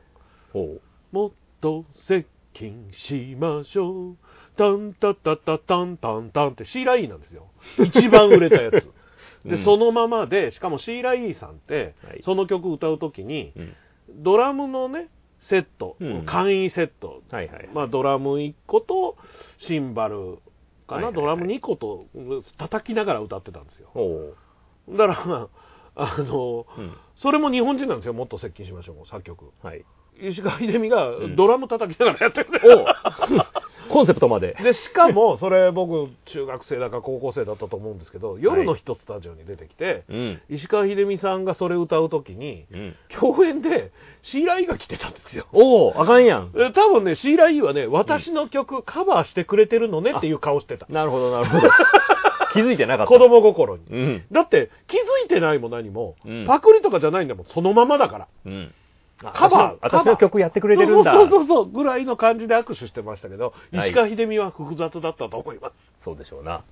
Speaker 2: ほ
Speaker 1: うもっと接近しましょうタンタタタタンタンタンってシーラ・イーなんですよ一番売れたや
Speaker 2: [laughs]
Speaker 1: つで、
Speaker 2: うん
Speaker 1: そのままでしかもシーラ・イーさんって、
Speaker 2: はい
Speaker 1: その曲歌う時に
Speaker 2: う。うん。
Speaker 1: ドラムのねセット、
Speaker 2: うん
Speaker 1: 簡易セット、
Speaker 2: はいはい。
Speaker 1: まあ、ドラム1個とシンバルかな、
Speaker 2: はいはいはい
Speaker 1: ドラム2個と叩きながら歌ってたんですよ
Speaker 2: ほ
Speaker 1: だから、あの、
Speaker 2: う。うん。
Speaker 1: それも日本人なんですよ、もっと接近しましょう、作曲。
Speaker 2: はい。
Speaker 1: 石川秀美が
Speaker 2: ん
Speaker 1: ドラム叩きながらやってる、
Speaker 2: お [laughs] コンセプトまで。
Speaker 1: [laughs] で、しかも、それ僕、中学生だか高校生だったと思うんですけど、夜の一スタジオに出てきて、
Speaker 2: うん。
Speaker 1: 石川秀美さんがそれ歌うときに、
Speaker 2: うん。
Speaker 1: 共演でシーライが来てたんですよ。
Speaker 2: おお、あかんやん。
Speaker 1: え多分ね、シーライはね、私の曲カバーしてくれてるのねっていう顔してた。
Speaker 2: なるほどなる
Speaker 1: [laughs]
Speaker 2: ほど。気づいてなかった。
Speaker 1: 子。供心に。
Speaker 2: うん。
Speaker 1: だって、気づいてないも何も、
Speaker 2: うん
Speaker 1: パクリとかじゃないんだもん、そのままだから。
Speaker 2: うん。
Speaker 1: カバー
Speaker 2: 私の
Speaker 1: カバー
Speaker 2: 私の曲やってくれてるんだ。
Speaker 1: そうそうそうそうぐらいの感じで握手してましたけど、
Speaker 2: はい
Speaker 1: 石川秀美は複雑だったと思います。
Speaker 2: そうでしょうな。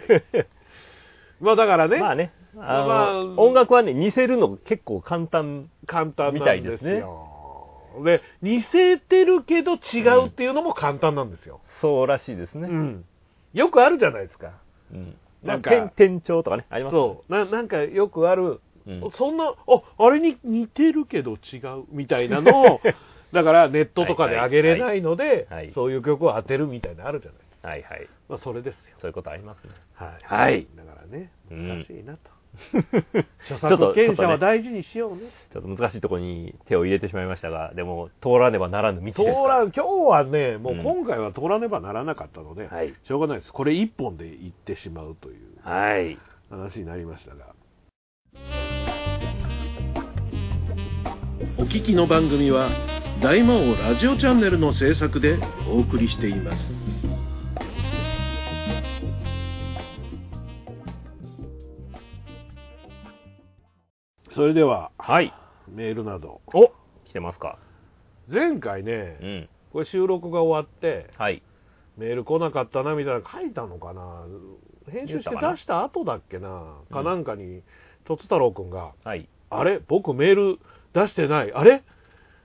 Speaker 1: [laughs] まあだからね、
Speaker 2: まあね、あの
Speaker 1: まあ
Speaker 2: 音楽はね、似せるの結構簡単。
Speaker 1: 簡単
Speaker 2: み
Speaker 1: な
Speaker 2: た
Speaker 1: ん
Speaker 2: い
Speaker 1: で
Speaker 2: です
Speaker 1: よ。
Speaker 2: すね
Speaker 1: で似せてるけど違うっていうのも簡単なんですよ。
Speaker 2: そうらしいです
Speaker 1: う
Speaker 2: ね。
Speaker 1: んよくあるじゃないですか。
Speaker 2: うん。
Speaker 1: な
Speaker 2: なんん
Speaker 1: か
Speaker 2: か、転調とかね、あります
Speaker 1: そうななんかよくある、
Speaker 2: うん
Speaker 1: そんなああれに似てるけど違うみたいな
Speaker 2: [laughs]
Speaker 1: のをだからネットとかで上げれないので、
Speaker 2: はい
Speaker 1: そういう曲を当てるみたいなのあるじゃない。
Speaker 2: はいはい。
Speaker 1: まあそれですよ。
Speaker 2: そういうことあり [laughs] ますね。
Speaker 1: はい。
Speaker 2: はい
Speaker 1: だからね、
Speaker 2: うん
Speaker 1: 難しいなと。著
Speaker 2: ちょっと
Speaker 1: 作権者
Speaker 2: ちょ
Speaker 1: は
Speaker 2: っとね
Speaker 1: 大事にしようね。
Speaker 2: ちょっと難しいところに手を入れてしまいましたが、でも、通らねばならぬ道ですか
Speaker 1: 通
Speaker 2: ら。
Speaker 3: [laughs]
Speaker 1: らん、今日はね、もううん今回は通らねばならなかったので、
Speaker 2: はい
Speaker 1: しょうがないです。これ一本で行ってしまうという
Speaker 2: はい。
Speaker 1: 話になりましたが。
Speaker 3: お聞きの番組は大魔王ラジオチャンネルの制作でお送りしています
Speaker 1: それでは、
Speaker 2: はい。
Speaker 1: メールなど。
Speaker 2: お来てますか。
Speaker 1: 前回
Speaker 2: う
Speaker 1: ね、
Speaker 2: ん。
Speaker 1: これ収録が終わって、
Speaker 2: はい。
Speaker 1: メール来なかったなみたいなの書いたのかな編集して
Speaker 2: 言ったかな
Speaker 1: 出した後だっけなか
Speaker 2: うん
Speaker 1: なんかに、とつ太郎くんが、
Speaker 2: はい。
Speaker 1: あれ僕メール出してない。あれ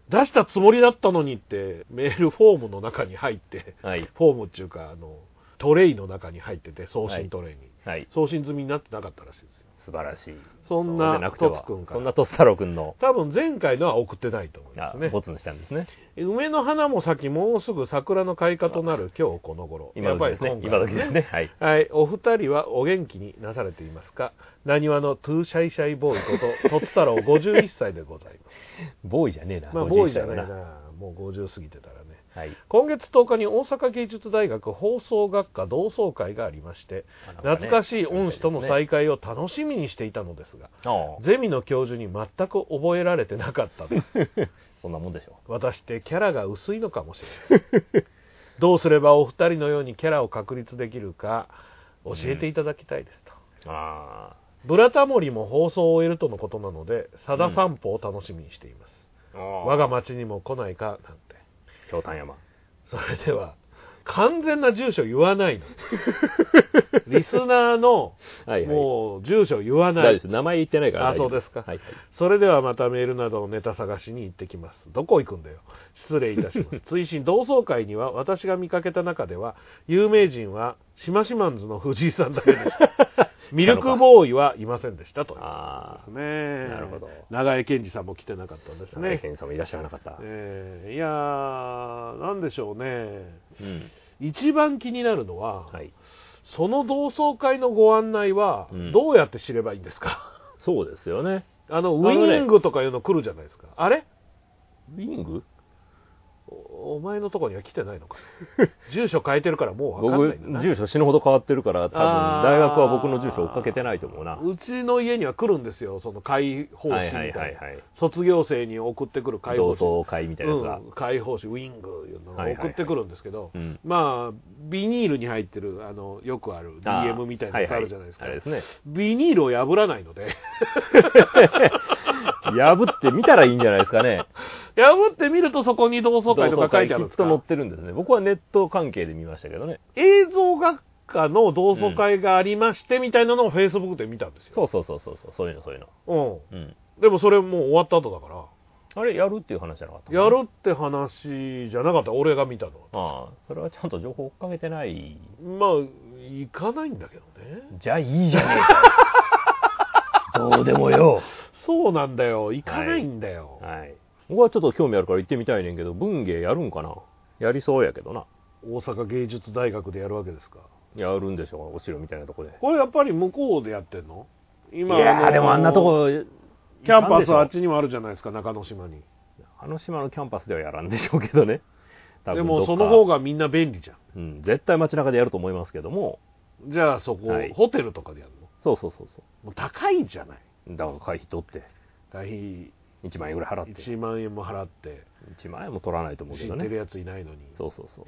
Speaker 1: 出したつもりだったのにって、メールフォームの中に入って、
Speaker 2: はい。
Speaker 1: フォームっていうか、あの、トレイの中に入ってて、送信トレイに。
Speaker 2: はい。
Speaker 1: 送信済みになってなかったらしいですよ。
Speaker 2: す素晴らしい
Speaker 1: そん
Speaker 2: そう
Speaker 1: な
Speaker 2: でくて
Speaker 1: ト
Speaker 2: は
Speaker 1: ツくんから
Speaker 2: そんなトツ太郎くんの
Speaker 1: 多分前回のは送ってないと思いま
Speaker 2: あ
Speaker 1: すね
Speaker 2: ボツにしたんですね
Speaker 1: 梅の花も咲きもうすぐ桜の開花となる今日この頃
Speaker 2: 今時です
Speaker 1: やっ
Speaker 2: ね
Speaker 1: ぱり
Speaker 2: 今
Speaker 1: 回は
Speaker 2: 時ですねはい
Speaker 1: はい、お二人はお元気になされていますかなにわのトゥーシャイシャイボーイこととつ太郎51歳でございま [laughs]
Speaker 2: ボーイじゃねえな
Speaker 1: すまあ
Speaker 2: 51
Speaker 1: ボーイじゃない
Speaker 2: だ
Speaker 1: なもう50過ぎてたらね
Speaker 2: はい
Speaker 1: 今月10日に大阪芸術大学放送学科同窓会がありまして懐かしい恩師との再会を楽しみにしていたのですが
Speaker 2: ああ
Speaker 1: ゼミの教授に全く覚えられてなかったです [laughs]
Speaker 2: そんなもんでしょ
Speaker 1: 私ってキャラが薄いのかもしれませんどうすればお二人のようにキャラを確立できるか教えていただきたいですと、
Speaker 2: うあ
Speaker 1: ブラタモリも放送を終えるとのことなのでさだ散歩を楽しみにしています、
Speaker 2: あ
Speaker 1: 我が町にも来ないかなんて
Speaker 2: 京丹山
Speaker 1: それでは完全な住所言わ
Speaker 2: [laughs]
Speaker 1: ないのリスナーの
Speaker 2: はいはい
Speaker 1: もう住所言わ
Speaker 2: 大
Speaker 1: ない、
Speaker 2: 丈夫です名前言ってないから
Speaker 1: あ
Speaker 2: 大丈夫
Speaker 1: そうですか
Speaker 2: はいはい
Speaker 1: それではまたメールなどのネタ探しに行ってきますどこ行くんだよ失礼いたし
Speaker 2: [laughs]
Speaker 1: ます追伸同窓会には私が見かけた中では有名人はシマシマンズの藤井さんだけでした
Speaker 2: [laughs]
Speaker 1: ミルクボーイはいませんでしたという
Speaker 2: あ
Speaker 1: ですね。
Speaker 2: なるほど
Speaker 1: 長江健二さんも来てなかったんで
Speaker 2: あ
Speaker 1: すね。
Speaker 2: 健さんもいらっしゃらなかった
Speaker 1: えーいやー、なんでしょうね。
Speaker 2: うん
Speaker 1: 一番気になるのは、
Speaker 2: はい
Speaker 1: その同窓会のご案内は
Speaker 2: うん、
Speaker 1: どうやって知ればいいんですか、
Speaker 2: [laughs] そうですよね
Speaker 1: あの、ウ
Speaker 2: のね
Speaker 1: ィングとかいうの来るじゃないですか。あれ
Speaker 2: ウィング
Speaker 1: おお前のとこには来てないのか。
Speaker 2: [laughs]
Speaker 1: 住所変えてるからもうわかん
Speaker 2: 僕
Speaker 1: ないんだな
Speaker 2: 住所死ぬほど変わってるから多分
Speaker 1: あー
Speaker 2: 大学は僕の住所追っかけてないと思うな
Speaker 1: うちの家には来るんですよ、その解放誌みたいな、
Speaker 2: はいはいはいはい
Speaker 1: 卒業生に送ってくる解放
Speaker 2: 同
Speaker 1: 誌
Speaker 2: 窓会みたいなやつが、
Speaker 1: うん、解放誌ウィングいうのを
Speaker 2: はいはいはい
Speaker 1: 送ってくるんですけど、
Speaker 2: うん
Speaker 1: まあビニールに入ってるあのよくある
Speaker 2: あー
Speaker 1: DM みたいなやつあるじゃないですか、
Speaker 2: ははあれですね
Speaker 1: ビニールを破らないので [laughs]
Speaker 2: 破ってみたらいいんじゃないです
Speaker 1: [laughs]
Speaker 2: かね
Speaker 1: 破ってみるとそこに同窓会とか書いてあるんで
Speaker 2: 同窓会きっ
Speaker 1: す
Speaker 2: と載っ
Speaker 1: か
Speaker 2: てるんですね僕はネット関係で見ましたけどね
Speaker 1: 映像学科の同窓会がありましてみたいなのをフェイスブックで見たんですよ、
Speaker 2: そうそうそうそうそうそういうのそういうの
Speaker 1: う
Speaker 2: うん
Speaker 1: ん、でもそれもう終わった後だから
Speaker 2: あれやるっていう話じゃなかったの
Speaker 1: やるって話じゃなかった俺が見たのは
Speaker 2: ああそれはちゃんと情報追っかけてない
Speaker 1: まあ行かないんだけどね
Speaker 2: じゃあいいじゃねえか
Speaker 1: [laughs]
Speaker 2: どうでもよ
Speaker 1: そうなんだよ行かないんだよ、
Speaker 2: はい僕はちょっと興味あるから行ってみたいねんけど文芸やるんかなやりそうやけどな
Speaker 1: 大阪芸術大学でやるわけですか
Speaker 2: やるんでしょうお城みたいなとこで
Speaker 1: これやっぱり向こうでやってんの今
Speaker 2: いや
Speaker 1: の
Speaker 2: ーでもあんなとこ
Speaker 1: キャンパスはあっ
Speaker 2: ち
Speaker 1: ちにもあるじゃないですか中之島に
Speaker 2: あの島のキャンパスではやらんでしょうけどね多
Speaker 1: で
Speaker 2: 分どっ
Speaker 1: も
Speaker 2: か
Speaker 1: その方がみんな便利じゃ
Speaker 2: うん、絶対街中でやると思いますけども
Speaker 1: んじゃあそこ、
Speaker 2: はい
Speaker 1: ホテルとかでやるの
Speaker 2: そうそうそうそ
Speaker 1: もう高いじゃないう
Speaker 2: だから会費取って
Speaker 1: 大費
Speaker 2: 1万円ぐらい払って
Speaker 1: 1万円も払って
Speaker 2: 1, 万円も取らないと思う
Speaker 1: 知
Speaker 2: け
Speaker 1: っ
Speaker 2: ど
Speaker 1: てる
Speaker 2: ね
Speaker 1: やついないのに
Speaker 2: そうそうそう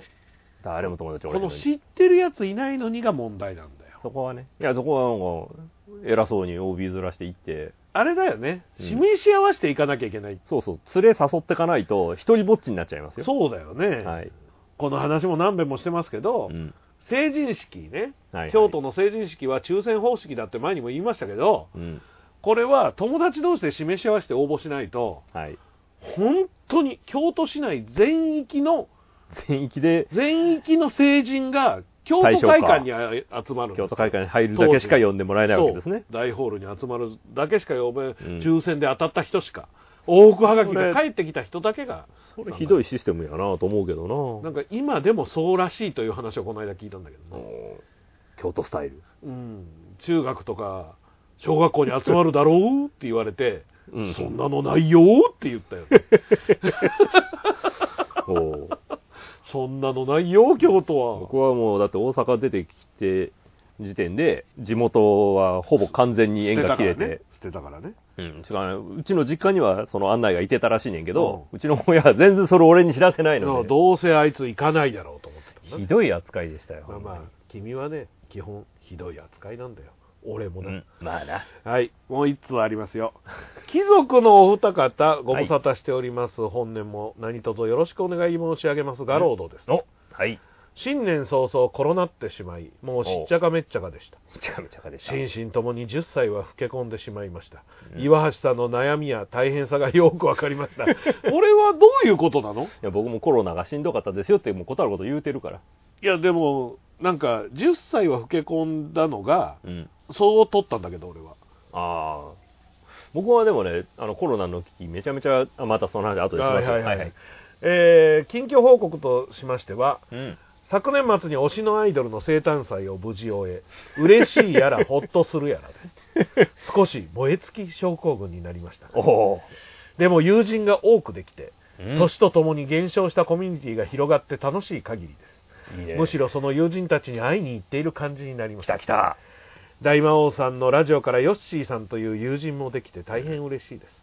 Speaker 2: 誰も友達お
Speaker 1: こ
Speaker 2: れへん
Speaker 1: の
Speaker 2: に
Speaker 1: 知ってるやついないのにが問題なんだよ
Speaker 2: そこはねいやそこはなんか偉そうに OB ずらして行って
Speaker 1: あれだよね
Speaker 2: うん
Speaker 1: 示し合わせていかなきゃいけない、
Speaker 2: そうそう連れ誘ってかないと一人ぼっちになっちゃいますよ
Speaker 1: そうだよね、
Speaker 2: はい、
Speaker 1: この話も何遍もしてますけど、
Speaker 2: うん
Speaker 1: 成人式ね、
Speaker 2: はいはい
Speaker 1: 京都の成人式は抽選方式だって前にも言いましたけど、
Speaker 2: うん
Speaker 1: これは友達同士で示し合わせて応募しないと、
Speaker 2: はい、
Speaker 1: 本当に京都市内全域の、
Speaker 2: 全域で
Speaker 1: 全域の成人が京都会館にあ集まるんです
Speaker 2: 京都会館に入るだけしか呼んでもらえないわけですね
Speaker 1: そう大ホールに集まるだけしか呼べ、
Speaker 2: ん
Speaker 1: 抽選で当たった人しか、往復はがきが帰ってきた人だけが、
Speaker 2: これひどいシステムやなと思うけど
Speaker 1: な
Speaker 2: な
Speaker 1: んか今でもそうらしいという話をこの間聞いたんだけどね。
Speaker 2: うん京都スタ
Speaker 1: [laughs]
Speaker 2: イル
Speaker 1: うん、中学とか小学校に集まるだろうって言われて、
Speaker 2: うん
Speaker 1: そんなのないよって言ったよ、
Speaker 2: [laughs]
Speaker 1: ね、
Speaker 2: おー
Speaker 1: そんなのないよ京都は
Speaker 2: 僕はもうだって大阪出てきて時点で地元はほぼ完全に縁が切れて
Speaker 1: 捨てたからね
Speaker 2: うん、違うねうちの実家にはその案内がいてたらしいねんけど、うちの親は全然それ俺に知らせない
Speaker 1: だか
Speaker 2: の
Speaker 1: ら
Speaker 2: で、
Speaker 1: どうせあいつ行かないだろうと思ってたもん
Speaker 2: ひ
Speaker 1: ね
Speaker 2: どい扱いでしたよ、
Speaker 1: まあまあ君はね基本ひどい扱いなんだよ俺も
Speaker 2: う
Speaker 1: な、
Speaker 2: ん、まあな
Speaker 1: はいもう一通ありますよ [laughs] 貴族のお二方ご無沙汰しております、本年も何卒よろしくお願い申し上げますガロードです、
Speaker 2: おはい
Speaker 1: 新年早々コロナってしまいもうしっちゃかめっちゃかでした
Speaker 2: めちゃめちゃかでした
Speaker 1: 心身ともに10歳は老け込んでしまいました、
Speaker 2: うん
Speaker 1: 岩橋さんの悩みや大変さがよくわかりました [laughs] これはどういうことなの
Speaker 2: いや僕もコロナがしんどかったですよってもうことあること言うてるから、
Speaker 1: いやでもなんか10歳は老け込んだのが
Speaker 2: うん、
Speaker 1: そう取ったんだけど俺は
Speaker 2: ああ僕はでもねあのコロナの危機めちゃめちゃあまたその話後でし
Speaker 1: は
Speaker 2: ます
Speaker 1: いはいはい、
Speaker 2: はいはい
Speaker 1: えー近況報告としましては
Speaker 2: うん
Speaker 1: 昨年末に推しのアイドルの生誕祭を無事終え嬉しいやらほっとするやらです少し燃え尽き症候群になり [laughs] ました
Speaker 2: おお
Speaker 1: でも友人が多くできて
Speaker 2: うん
Speaker 1: 年とともに減少したコミュニティが広がって楽しい限りで
Speaker 2: いい
Speaker 1: す、
Speaker 2: ね
Speaker 1: むしろその友人たちに会いに行っている感じになりま
Speaker 2: 来
Speaker 1: した
Speaker 2: た来た
Speaker 1: 大魔王さんのラジオからヨッシーさんという友人もできて大変嬉しいです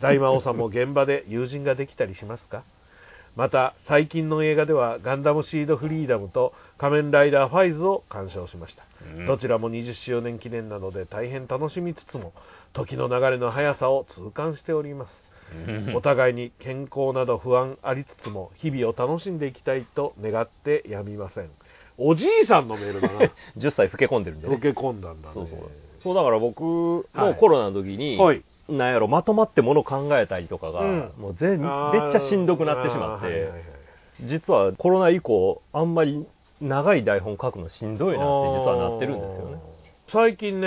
Speaker 1: 大魔王さんも現場で友人ができたりしますか [laughs] また最近の映画では「ガンダムシードフリーダム」と「仮面ライダーファイズ」を鑑賞しました、
Speaker 2: うん
Speaker 1: どちらも20周年記念なので大変楽しみつつも時の流れの速さを痛感しておりますお互いに健康など不安ありつつも日々を楽しんでいきたいと願ってやみませんおじいさんのメー
Speaker 2: [laughs]
Speaker 1: ルだな
Speaker 2: 10歳老け込んでるんで、ね、
Speaker 1: 受け込んだんだね
Speaker 2: そうそうそうだから僕も
Speaker 1: はいう
Speaker 2: コロナの時に、
Speaker 1: はい
Speaker 2: なんやろまとまってもの考えたりとかが、
Speaker 1: うん
Speaker 2: もう全めっちゃしんどくなってしまって、
Speaker 1: あーはいはいはい
Speaker 2: 実はコロナ以降あんまり長い台本書くのしんどいなって実はなってるんですよね
Speaker 1: あー最近ね、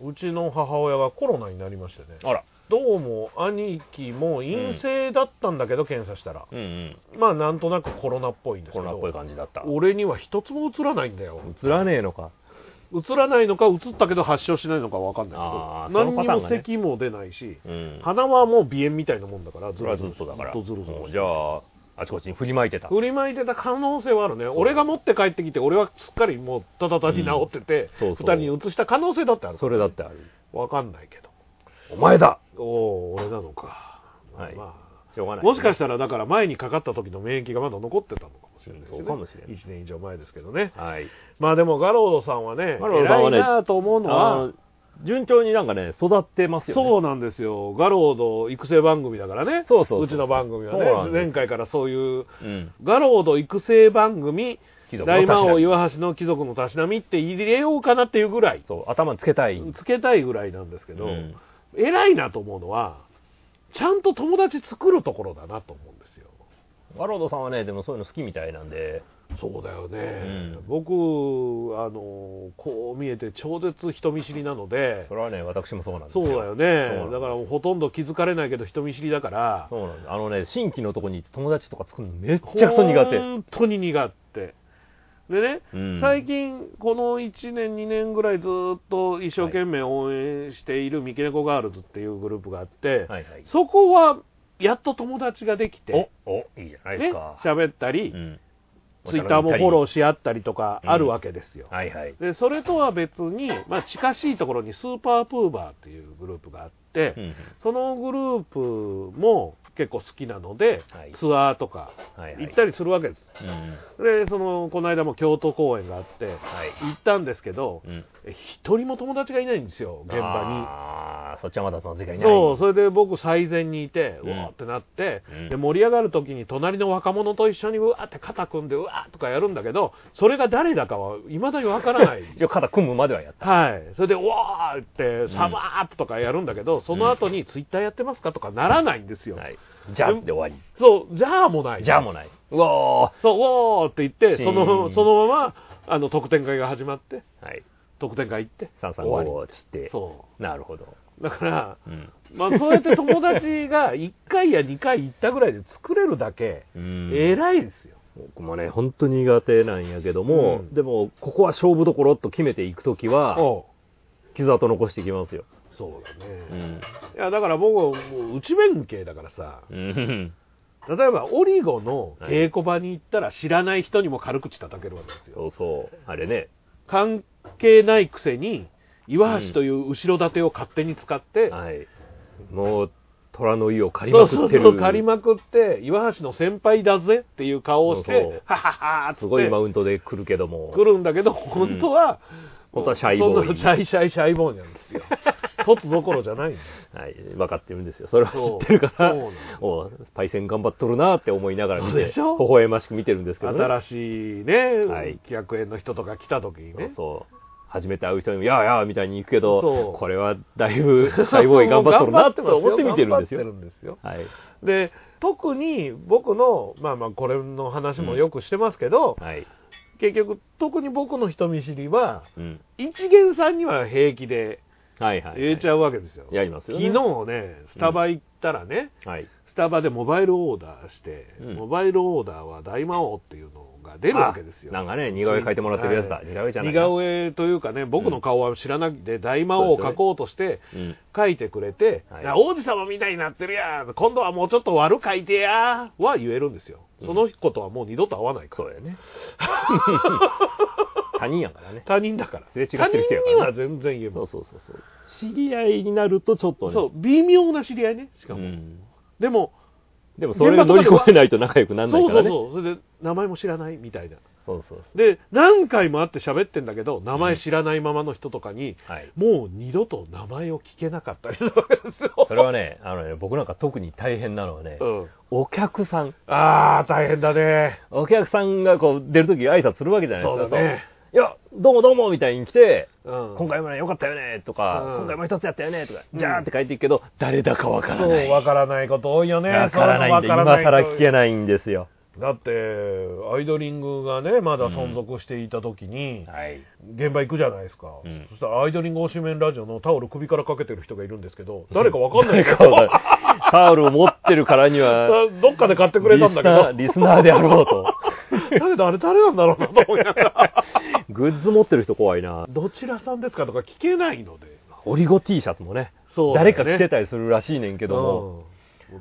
Speaker 2: う
Speaker 1: うんちの母親がコロナになりましてね
Speaker 2: あら
Speaker 1: どうも兄貴も陰性だったんだけど、検査したら
Speaker 2: うんうん
Speaker 1: まあなんとなくコロナっぽいんですけ
Speaker 2: コ
Speaker 1: ど
Speaker 2: ロナっぽい感じだった
Speaker 1: 俺には一つも映らないんだよ
Speaker 2: 映らねえのか
Speaker 1: 映らないのか映ったけど発症しないのかわかんな
Speaker 2: あ
Speaker 1: いけ
Speaker 2: ー
Speaker 1: ど
Speaker 2: その
Speaker 1: 何
Speaker 2: パ
Speaker 1: に
Speaker 2: ターン
Speaker 1: も
Speaker 2: がね
Speaker 1: 咳も出ないし、
Speaker 2: うん
Speaker 1: 鼻はもう鼻炎みたいなもんだから
Speaker 2: それはずっとだから
Speaker 1: ずっとずるず
Speaker 2: もう
Speaker 1: る
Speaker 2: じゃああちこちに振りまいてた
Speaker 1: 振りまいてた可能性はあるね俺が持って帰ってきて俺はすっかりもうただ単に治ってて、
Speaker 2: うん
Speaker 1: 二
Speaker 2: そうそう
Speaker 1: 人に移した可能性だってある
Speaker 2: それだってある
Speaker 1: わかんないけ
Speaker 2: お前だ
Speaker 1: どおお俺なのか、
Speaker 2: はい
Speaker 1: ま
Speaker 2: しょうが
Speaker 1: あ
Speaker 2: ない
Speaker 1: もしかしたらだから前にかかった時の免疫がまだ残ってたのかもしれないですね
Speaker 2: そうかもしれない
Speaker 1: 1年以上前ですけどね
Speaker 2: たはい
Speaker 1: まあでもガロードさんはね
Speaker 2: ガロードさんはね
Speaker 1: 偉いなと思うのは
Speaker 2: あの順調になんかね育ってますよね
Speaker 1: そうなんですよ、ガロード育成番組だからね、
Speaker 2: そうそうそう
Speaker 1: ちの番組は
Speaker 2: そうなん
Speaker 1: ね、
Speaker 2: です
Speaker 1: 前回からそういう、
Speaker 2: うん
Speaker 1: ガロード育成番組
Speaker 2: 貴、族の
Speaker 1: 大魔
Speaker 2: たしな
Speaker 1: 王
Speaker 2: み
Speaker 1: 岩橋の貴族のたしなみって入れようかなっていうぐらい、
Speaker 2: そう頭つけたい
Speaker 1: つけたいぐらいなんですけど、
Speaker 2: うん
Speaker 1: 偉いなと思うのは、ちゃんと友達作るところだなと思うんですよ。
Speaker 2: ガロードさんはねでもそういうの好きみたいなんで
Speaker 1: そうだよね、
Speaker 2: うん
Speaker 1: 僕あのこう見えて超絶人見知りなので
Speaker 2: それはね私もそうなんです
Speaker 1: そ
Speaker 2: よ
Speaker 1: うだよ
Speaker 2: そうなんで
Speaker 1: ね
Speaker 2: す
Speaker 1: だからもうほとんど気づかれないけど人見知りだから
Speaker 2: そうなんだあのね新規のとこに行って友達とか作るのめっちゃくちゃ苦手
Speaker 1: 本当に苦手でね、
Speaker 2: うん
Speaker 1: 最近この1年2年ぐらいずっと一生懸命応援している三毛猫ガールズっていうグループがあって、
Speaker 2: はいはい
Speaker 1: そこはやっと友達ができて
Speaker 2: おおいいじゃないで
Speaker 1: ね
Speaker 2: すか、
Speaker 1: 喋ったり、
Speaker 2: うん
Speaker 1: ツイッターもフォロー
Speaker 2: ー
Speaker 1: し合ったりとかあるわけですよ、
Speaker 2: はいはい
Speaker 1: でそれとは別に、まあ、近しいところにスーパープーバーっていうグループがあって、
Speaker 2: うんうん
Speaker 1: そのグループも結構好きなので、
Speaker 2: はい
Speaker 1: ツアーとか
Speaker 2: はいはい
Speaker 1: 行ったりするわけです、
Speaker 2: うんうん
Speaker 1: でそのこの間も京都公演があって
Speaker 2: はい
Speaker 1: 行ったんですけど
Speaker 2: うん
Speaker 1: え一人も友達がいないんですよ現場
Speaker 2: あーそっちはまだその時間い
Speaker 1: に
Speaker 2: ない
Speaker 1: そうそれで僕最前にいてう
Speaker 2: うん
Speaker 1: わーってなって、
Speaker 2: うん
Speaker 1: で盛り上がる時に隣の若者と一緒にうわーって肩組んでうわーとかやるんだけどそれが誰だかはいまだにわからない
Speaker 2: [laughs] 一応肩組むまではやった
Speaker 1: はいそれでうわーってサバーッとかやるんだけど、その後にツイッターやってますかとかならないんですよ、
Speaker 2: はいじゃあで終わり
Speaker 1: そうじゃあもない
Speaker 2: じゃあもないうんうわ
Speaker 1: そうおーって言って
Speaker 2: シ
Speaker 1: そ
Speaker 2: ーン
Speaker 1: のそのままあの特典会が始まって
Speaker 2: ーはい
Speaker 1: 特典会行って
Speaker 2: 三三
Speaker 1: 終わり
Speaker 2: 五つって
Speaker 1: そ
Speaker 2: なるほど
Speaker 1: うだから、
Speaker 2: うん
Speaker 1: ま
Speaker 2: [laughs]
Speaker 1: あ、そうやって友達が1回や2回行ったぐらいで作れるだけ
Speaker 2: うん
Speaker 1: 偉いですよ、
Speaker 2: 僕もね本当に苦手なんやけども、
Speaker 1: うん
Speaker 2: でもここは勝負どころと決めていくときは
Speaker 1: おう
Speaker 2: 傷跡残していきますよ、
Speaker 1: そうだね、
Speaker 2: う
Speaker 1: い
Speaker 2: ん
Speaker 1: やだから僕はもう内弁慶だからさ
Speaker 2: うん、
Speaker 1: 例えばオリゴの稽古場に行ったら知らない人にも軽口叩けるわけですよ
Speaker 2: そうそうあれね
Speaker 1: 関係ないくせに岩橋という後ろ盾を勝手に使って、
Speaker 2: はいもう虎の湯を借り
Speaker 1: そ
Speaker 2: ま
Speaker 1: う
Speaker 2: く
Speaker 1: そ
Speaker 2: っ
Speaker 1: う
Speaker 2: てる
Speaker 1: そう、借りまくって、岩橋の先輩だぜっていう顔をし
Speaker 2: そうそ
Speaker 1: て
Speaker 2: う、
Speaker 1: はははーっつって
Speaker 2: すごいマウントで来るけども
Speaker 1: 来るんだけど、本当は、
Speaker 2: 本当はシャイボーイ
Speaker 1: そんなシャイシャイシャイボーイなん
Speaker 2: [laughs]
Speaker 1: ですよ。突どころじゃないんです。
Speaker 2: はい、分かってるんですよそれは
Speaker 1: そう
Speaker 2: 知ってるから
Speaker 1: そうなの
Speaker 2: おうパイセン頑張っとるなって思いながら見
Speaker 1: そう
Speaker 2: て
Speaker 1: で
Speaker 2: 微
Speaker 1: しょ
Speaker 2: 笑ましく見てるんですけど、ね、
Speaker 1: 新しいね、
Speaker 2: はい
Speaker 1: 企画園の人とか来た時にね。
Speaker 2: そうそう初めて会う人にも「やあやあ」みたいに行くけど
Speaker 1: そう
Speaker 2: これはだいぶシャイボーイ頑張っとるなって思って見てるんですよ
Speaker 1: 頑張ってるんですよ
Speaker 2: はい
Speaker 1: で、特に僕の、まあまあ、これの話もよくしてますけど、
Speaker 2: はい、
Speaker 1: 結局、特に僕の人見知りは、
Speaker 2: うん、
Speaker 1: 一元さんには平気で
Speaker 2: はいはい、はい、
Speaker 1: 入れちゃうわけですよ、
Speaker 2: やりますよね
Speaker 1: 昨日ねスタバ行ったらね、
Speaker 2: はい
Speaker 1: スタバでモバイルオーダーして、
Speaker 2: うん
Speaker 1: モバイルオーダーは大魔王っていうのが出るわけですよ
Speaker 2: なんかね似顔絵描いてもらってるやつだ、
Speaker 1: はい
Speaker 2: 似顔絵じゃない
Speaker 1: 似
Speaker 2: な
Speaker 1: 顔絵というかね僕の顔は知らなくて、大魔王を描こうとして
Speaker 2: うん
Speaker 1: 描いてくれて、
Speaker 2: はい
Speaker 1: いや王子様みたいになってるやん今度はもうちょっと悪描いてやは言えるんですよ
Speaker 2: うん
Speaker 1: その子とはもう二度と会わないから、
Speaker 2: そうやね他人やからね
Speaker 1: 他人だから
Speaker 2: すれ違って
Speaker 1: 他
Speaker 2: る人や
Speaker 1: 人
Speaker 2: か
Speaker 1: には
Speaker 2: らね
Speaker 1: 全然言え
Speaker 2: そ
Speaker 1: ま
Speaker 2: う
Speaker 1: す
Speaker 2: そうそうそう知り合いになるとちょっとね
Speaker 1: そう微妙な知り合いねしかも、
Speaker 2: うん
Speaker 1: でも
Speaker 2: でもそれを乗り越えないと仲良くならない
Speaker 1: そ
Speaker 2: か
Speaker 1: うそ
Speaker 2: ら
Speaker 1: う
Speaker 2: ね
Speaker 1: そうそれで名前も知らないみたいな
Speaker 2: そうそうそう
Speaker 1: で何回も会って喋ってんだけど名前知らないままの人とかに、
Speaker 2: はい
Speaker 1: もう二度と名前を聞けなかったりするわけですよ、
Speaker 2: それはねあのね僕なんか特に大変なのはね、
Speaker 1: うん、
Speaker 2: お客さん
Speaker 1: ああ大変だね
Speaker 2: お客さんがこう出るとき挨拶するわけじゃないですか
Speaker 1: そうだね
Speaker 2: いやどうもどうもみたいに来て
Speaker 1: うん
Speaker 2: 今回もね良かったよねとか、
Speaker 1: うん
Speaker 2: 今回も一つやったよねとか、
Speaker 1: うん
Speaker 2: じゃーって書いていくけど誰だかわからない
Speaker 1: そうわからないこと多いよね
Speaker 2: わからないんで
Speaker 1: そううの
Speaker 2: 今
Speaker 1: わか
Speaker 2: 更
Speaker 1: らない
Speaker 2: 聞けないんですよ
Speaker 1: だってアイドリングがねまだ存続していた時に、
Speaker 2: はい
Speaker 1: 現場行くじゃないですか、
Speaker 2: うん
Speaker 1: そしたらアイドリング推しメンラジオのタオル首からかけてる人がいるんですけど誰かわかんない
Speaker 2: 誰かわからないタオルを持ってるからには
Speaker 1: どっかで買ってくれたんだけど
Speaker 2: リスナーリスナーであろうと
Speaker 1: だけどあれ誰なんだろうなと思いながら
Speaker 2: グッズ持ってる人怖いな
Speaker 1: どちらさんですかとか聞けないので
Speaker 2: オリゴ T シャツもね
Speaker 1: そうだね
Speaker 2: 誰か着てたりするらしいねんけども、
Speaker 1: うん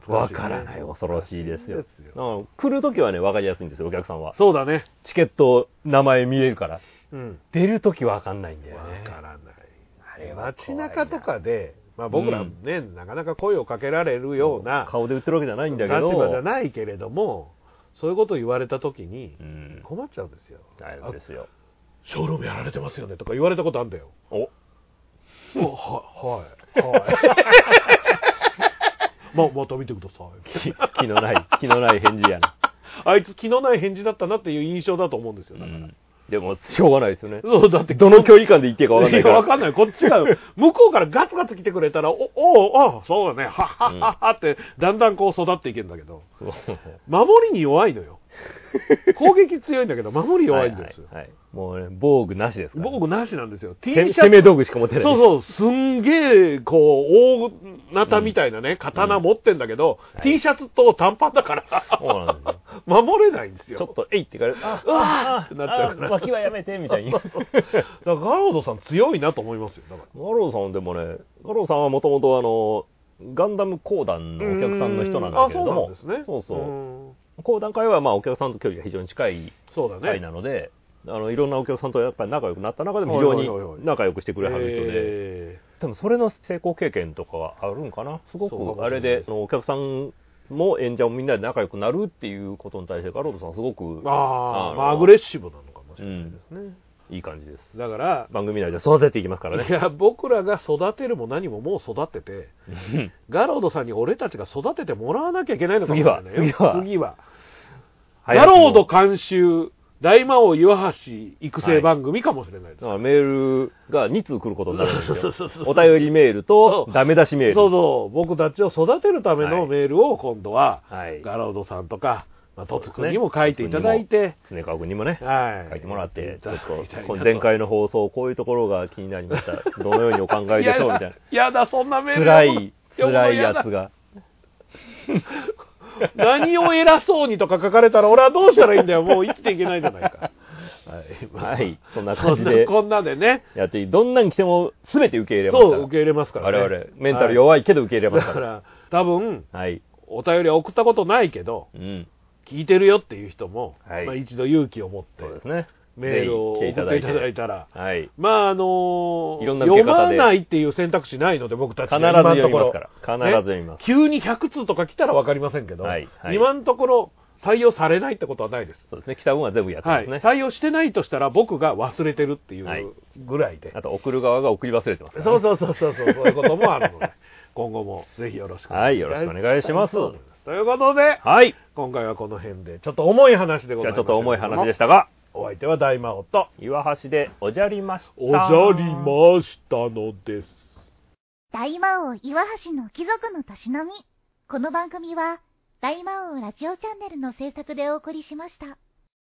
Speaker 2: わからない恐ろしいですよ
Speaker 1: 難しい
Speaker 2: うん来るときはねわかりやすいんですよお客さんは
Speaker 1: そうだね
Speaker 2: チケット名前見れるから
Speaker 1: うん
Speaker 2: 出るときわかんないんだよ
Speaker 1: わ
Speaker 2: ね
Speaker 1: からない
Speaker 2: あれは
Speaker 1: 街
Speaker 2: 怖いな
Speaker 1: 中とかで、まあ、僕らね、なかなか声をかけられるような
Speaker 2: 顔で売ってるわけじゃないんだ
Speaker 1: 立
Speaker 2: けど
Speaker 1: 場じゃないけれどもそういうことを言われた時に
Speaker 2: うん
Speaker 1: 困っちゃうんですよ、
Speaker 2: 大丈夫ですよ
Speaker 1: ショールームやられてますよねとか言われたことあるんだよ
Speaker 2: お
Speaker 1: おははいはい
Speaker 2: [laughs]
Speaker 1: ままた見てください
Speaker 2: 気 [laughs] 気のない気のない返事やな、
Speaker 1: あいつ気のない返事だったなっていう印象だと思うんですよだ
Speaker 2: う
Speaker 1: から、
Speaker 2: んでもしょうがないですよね
Speaker 1: そうだって
Speaker 2: どの距離感で言っていいかわかんない
Speaker 1: い
Speaker 2: か
Speaker 1: や
Speaker 2: ら
Speaker 1: わかんない。こっちが、向こうからガツガツ来てくれたら、お、おうあそうだね、はっはっはっはって、だんだんこう育っていけるんだけど、
Speaker 2: [laughs] そう
Speaker 1: 守りに弱いの
Speaker 2: [laughs]
Speaker 1: よ。攻撃強いんだけど、守り弱いんですよ。
Speaker 2: はいはいはいもうね防具なしですから
Speaker 1: 僕なしなんですよ。T シ
Speaker 2: せ
Speaker 1: ャツ。
Speaker 2: 攻め道具しか持ってない
Speaker 1: そう
Speaker 2: う
Speaker 1: そう、すんげえ、こう、大なたみたいなね、刀持ってんだけど、
Speaker 2: うん
Speaker 1: T シャツと短パンだから、 [laughs]
Speaker 2: そうなんですよ
Speaker 1: 守れないんです
Speaker 2: ちょ
Speaker 1: よ。
Speaker 2: っと「えい!」って言うから「あ
Speaker 1: うわー
Speaker 2: あ
Speaker 1: ってなっちゃうから
Speaker 2: あ脇はやめて」みたいに [laughs]
Speaker 1: [laughs]
Speaker 2: ガ
Speaker 1: だから、ガロードさん強いなと思いますよ、だから。
Speaker 2: ローさんでもねガローさんはもともとあのガンダム講談のお客さんの人なんだけれ
Speaker 1: あそ
Speaker 2: ども
Speaker 1: うなんですね。
Speaker 2: そうそう
Speaker 1: うん
Speaker 2: 講談会はまあお客さんと距離が非常に近い
Speaker 1: そうだね。
Speaker 2: 会なので、あのいろんなお客さんとやっぱり仲良くなった中でも非常
Speaker 1: はいはいはいは
Speaker 2: に
Speaker 1: い
Speaker 2: 仲良くしてくれはる人で、
Speaker 1: えー
Speaker 2: 多分それの成功経験とかはあるんかなすご
Speaker 1: そうかもしれ
Speaker 2: く
Speaker 1: な
Speaker 2: あ
Speaker 1: い
Speaker 2: れでそのお客さんも演者もみんなで仲良くなるっていうことに対してガロードさんはすごく
Speaker 1: あ
Speaker 2: あ
Speaker 1: あ、
Speaker 2: の
Speaker 1: まあ、アグレッシブなのかもしれないですね。
Speaker 2: いい感じです
Speaker 1: だから、
Speaker 2: 番組内で育てていきますから
Speaker 1: い
Speaker 2: ね
Speaker 1: や、僕らが育てるも何ももう育ってて、ガロードさんに俺たちが育ててもらわなきゃいけないのかもしれないよ
Speaker 2: 次は
Speaker 1: 次は。ガロード監修、大魔王岩橋育成番組かもしれないです。
Speaker 2: だからメールが2通来ることになるんですよ
Speaker 1: そうそうそう
Speaker 2: お便りメールとダメ出しメール
Speaker 1: そうそう、僕たちを育てるためのメールを今度は、
Speaker 2: はい
Speaker 1: ガロードさんとか、まあ、
Speaker 2: そう
Speaker 1: ト
Speaker 2: です
Speaker 1: ツ
Speaker 2: ね
Speaker 1: くんにも書いていただいて、
Speaker 2: 常川君にもね
Speaker 1: はい。
Speaker 2: 書いてもらって、ちょっ
Speaker 1: いただきたいな
Speaker 2: と、前回の放送、こういうところが気になりました。どのようにお考えでしょうみた
Speaker 1: や
Speaker 2: いな。
Speaker 1: だ、やだそんなメール
Speaker 2: 辛い、
Speaker 1: 読む
Speaker 2: 辛
Speaker 1: の
Speaker 2: い
Speaker 1: や
Speaker 2: や
Speaker 1: だ
Speaker 2: つが。
Speaker 1: 何を偉そうにとか書かれたら俺はどうしたらいいんだよもう生きていけないじゃないかはい
Speaker 2: はい、そんな
Speaker 1: そ
Speaker 2: 感
Speaker 1: ん
Speaker 2: じ
Speaker 1: な
Speaker 2: で
Speaker 1: こんなでね
Speaker 2: やっていい。どんなに来ても全て受け入れますか
Speaker 1: そ
Speaker 2: ら。
Speaker 1: う受け入れますからね
Speaker 2: 我々、メンタル弱いけど受け入れ
Speaker 1: は
Speaker 2: ま
Speaker 1: い
Speaker 2: す
Speaker 1: だ
Speaker 2: か。
Speaker 1: からら多分
Speaker 2: はい。
Speaker 1: お便りは送ったことないけど
Speaker 2: うん。
Speaker 1: 聞いてるよっていう人も、
Speaker 2: はい
Speaker 1: まあ、一度勇気を持って
Speaker 2: そうですね。
Speaker 1: メールを送っていただいたら
Speaker 2: はい。
Speaker 1: まああのー
Speaker 2: いろんな受け
Speaker 1: 読
Speaker 2: 方で
Speaker 1: まないっていう選択肢ないので僕たち
Speaker 2: 必ず
Speaker 1: が今の
Speaker 2: 読
Speaker 1: と
Speaker 2: み
Speaker 1: こ
Speaker 2: ます
Speaker 1: ろ
Speaker 2: から。必ず読みます。
Speaker 1: 急に100通とか来たら分かりませんけど、
Speaker 2: はいはい
Speaker 1: 今のところ採用されないってことはないです
Speaker 2: そうですね。来た分は全部やってま
Speaker 1: は
Speaker 2: す
Speaker 1: い、
Speaker 2: ね。
Speaker 1: 採用してないとしたら僕が忘れてるってい
Speaker 2: はいう
Speaker 1: ぐらいで、
Speaker 2: あと、送る側が送り忘れてますからね。
Speaker 1: そうそうそうそうそうそういうこともある
Speaker 2: [laughs]
Speaker 1: ので今後もぜひよろしく
Speaker 2: はいよろしくお願いします
Speaker 1: と思いますということで
Speaker 2: はい。
Speaker 1: 今回はこの辺でちょっと重い話でご
Speaker 2: じ
Speaker 1: ざいま
Speaker 2: ゃあち
Speaker 1: す
Speaker 2: ょっと重い話でしたたが、
Speaker 1: お相手は大魔王と
Speaker 2: 岩橋でおじゃりました。
Speaker 1: おじゃりましたのです
Speaker 4: 大魔王岩橋の貴族のたしなみ。この番組は、大魔王ラジオチャンネルの制作でお送りしました。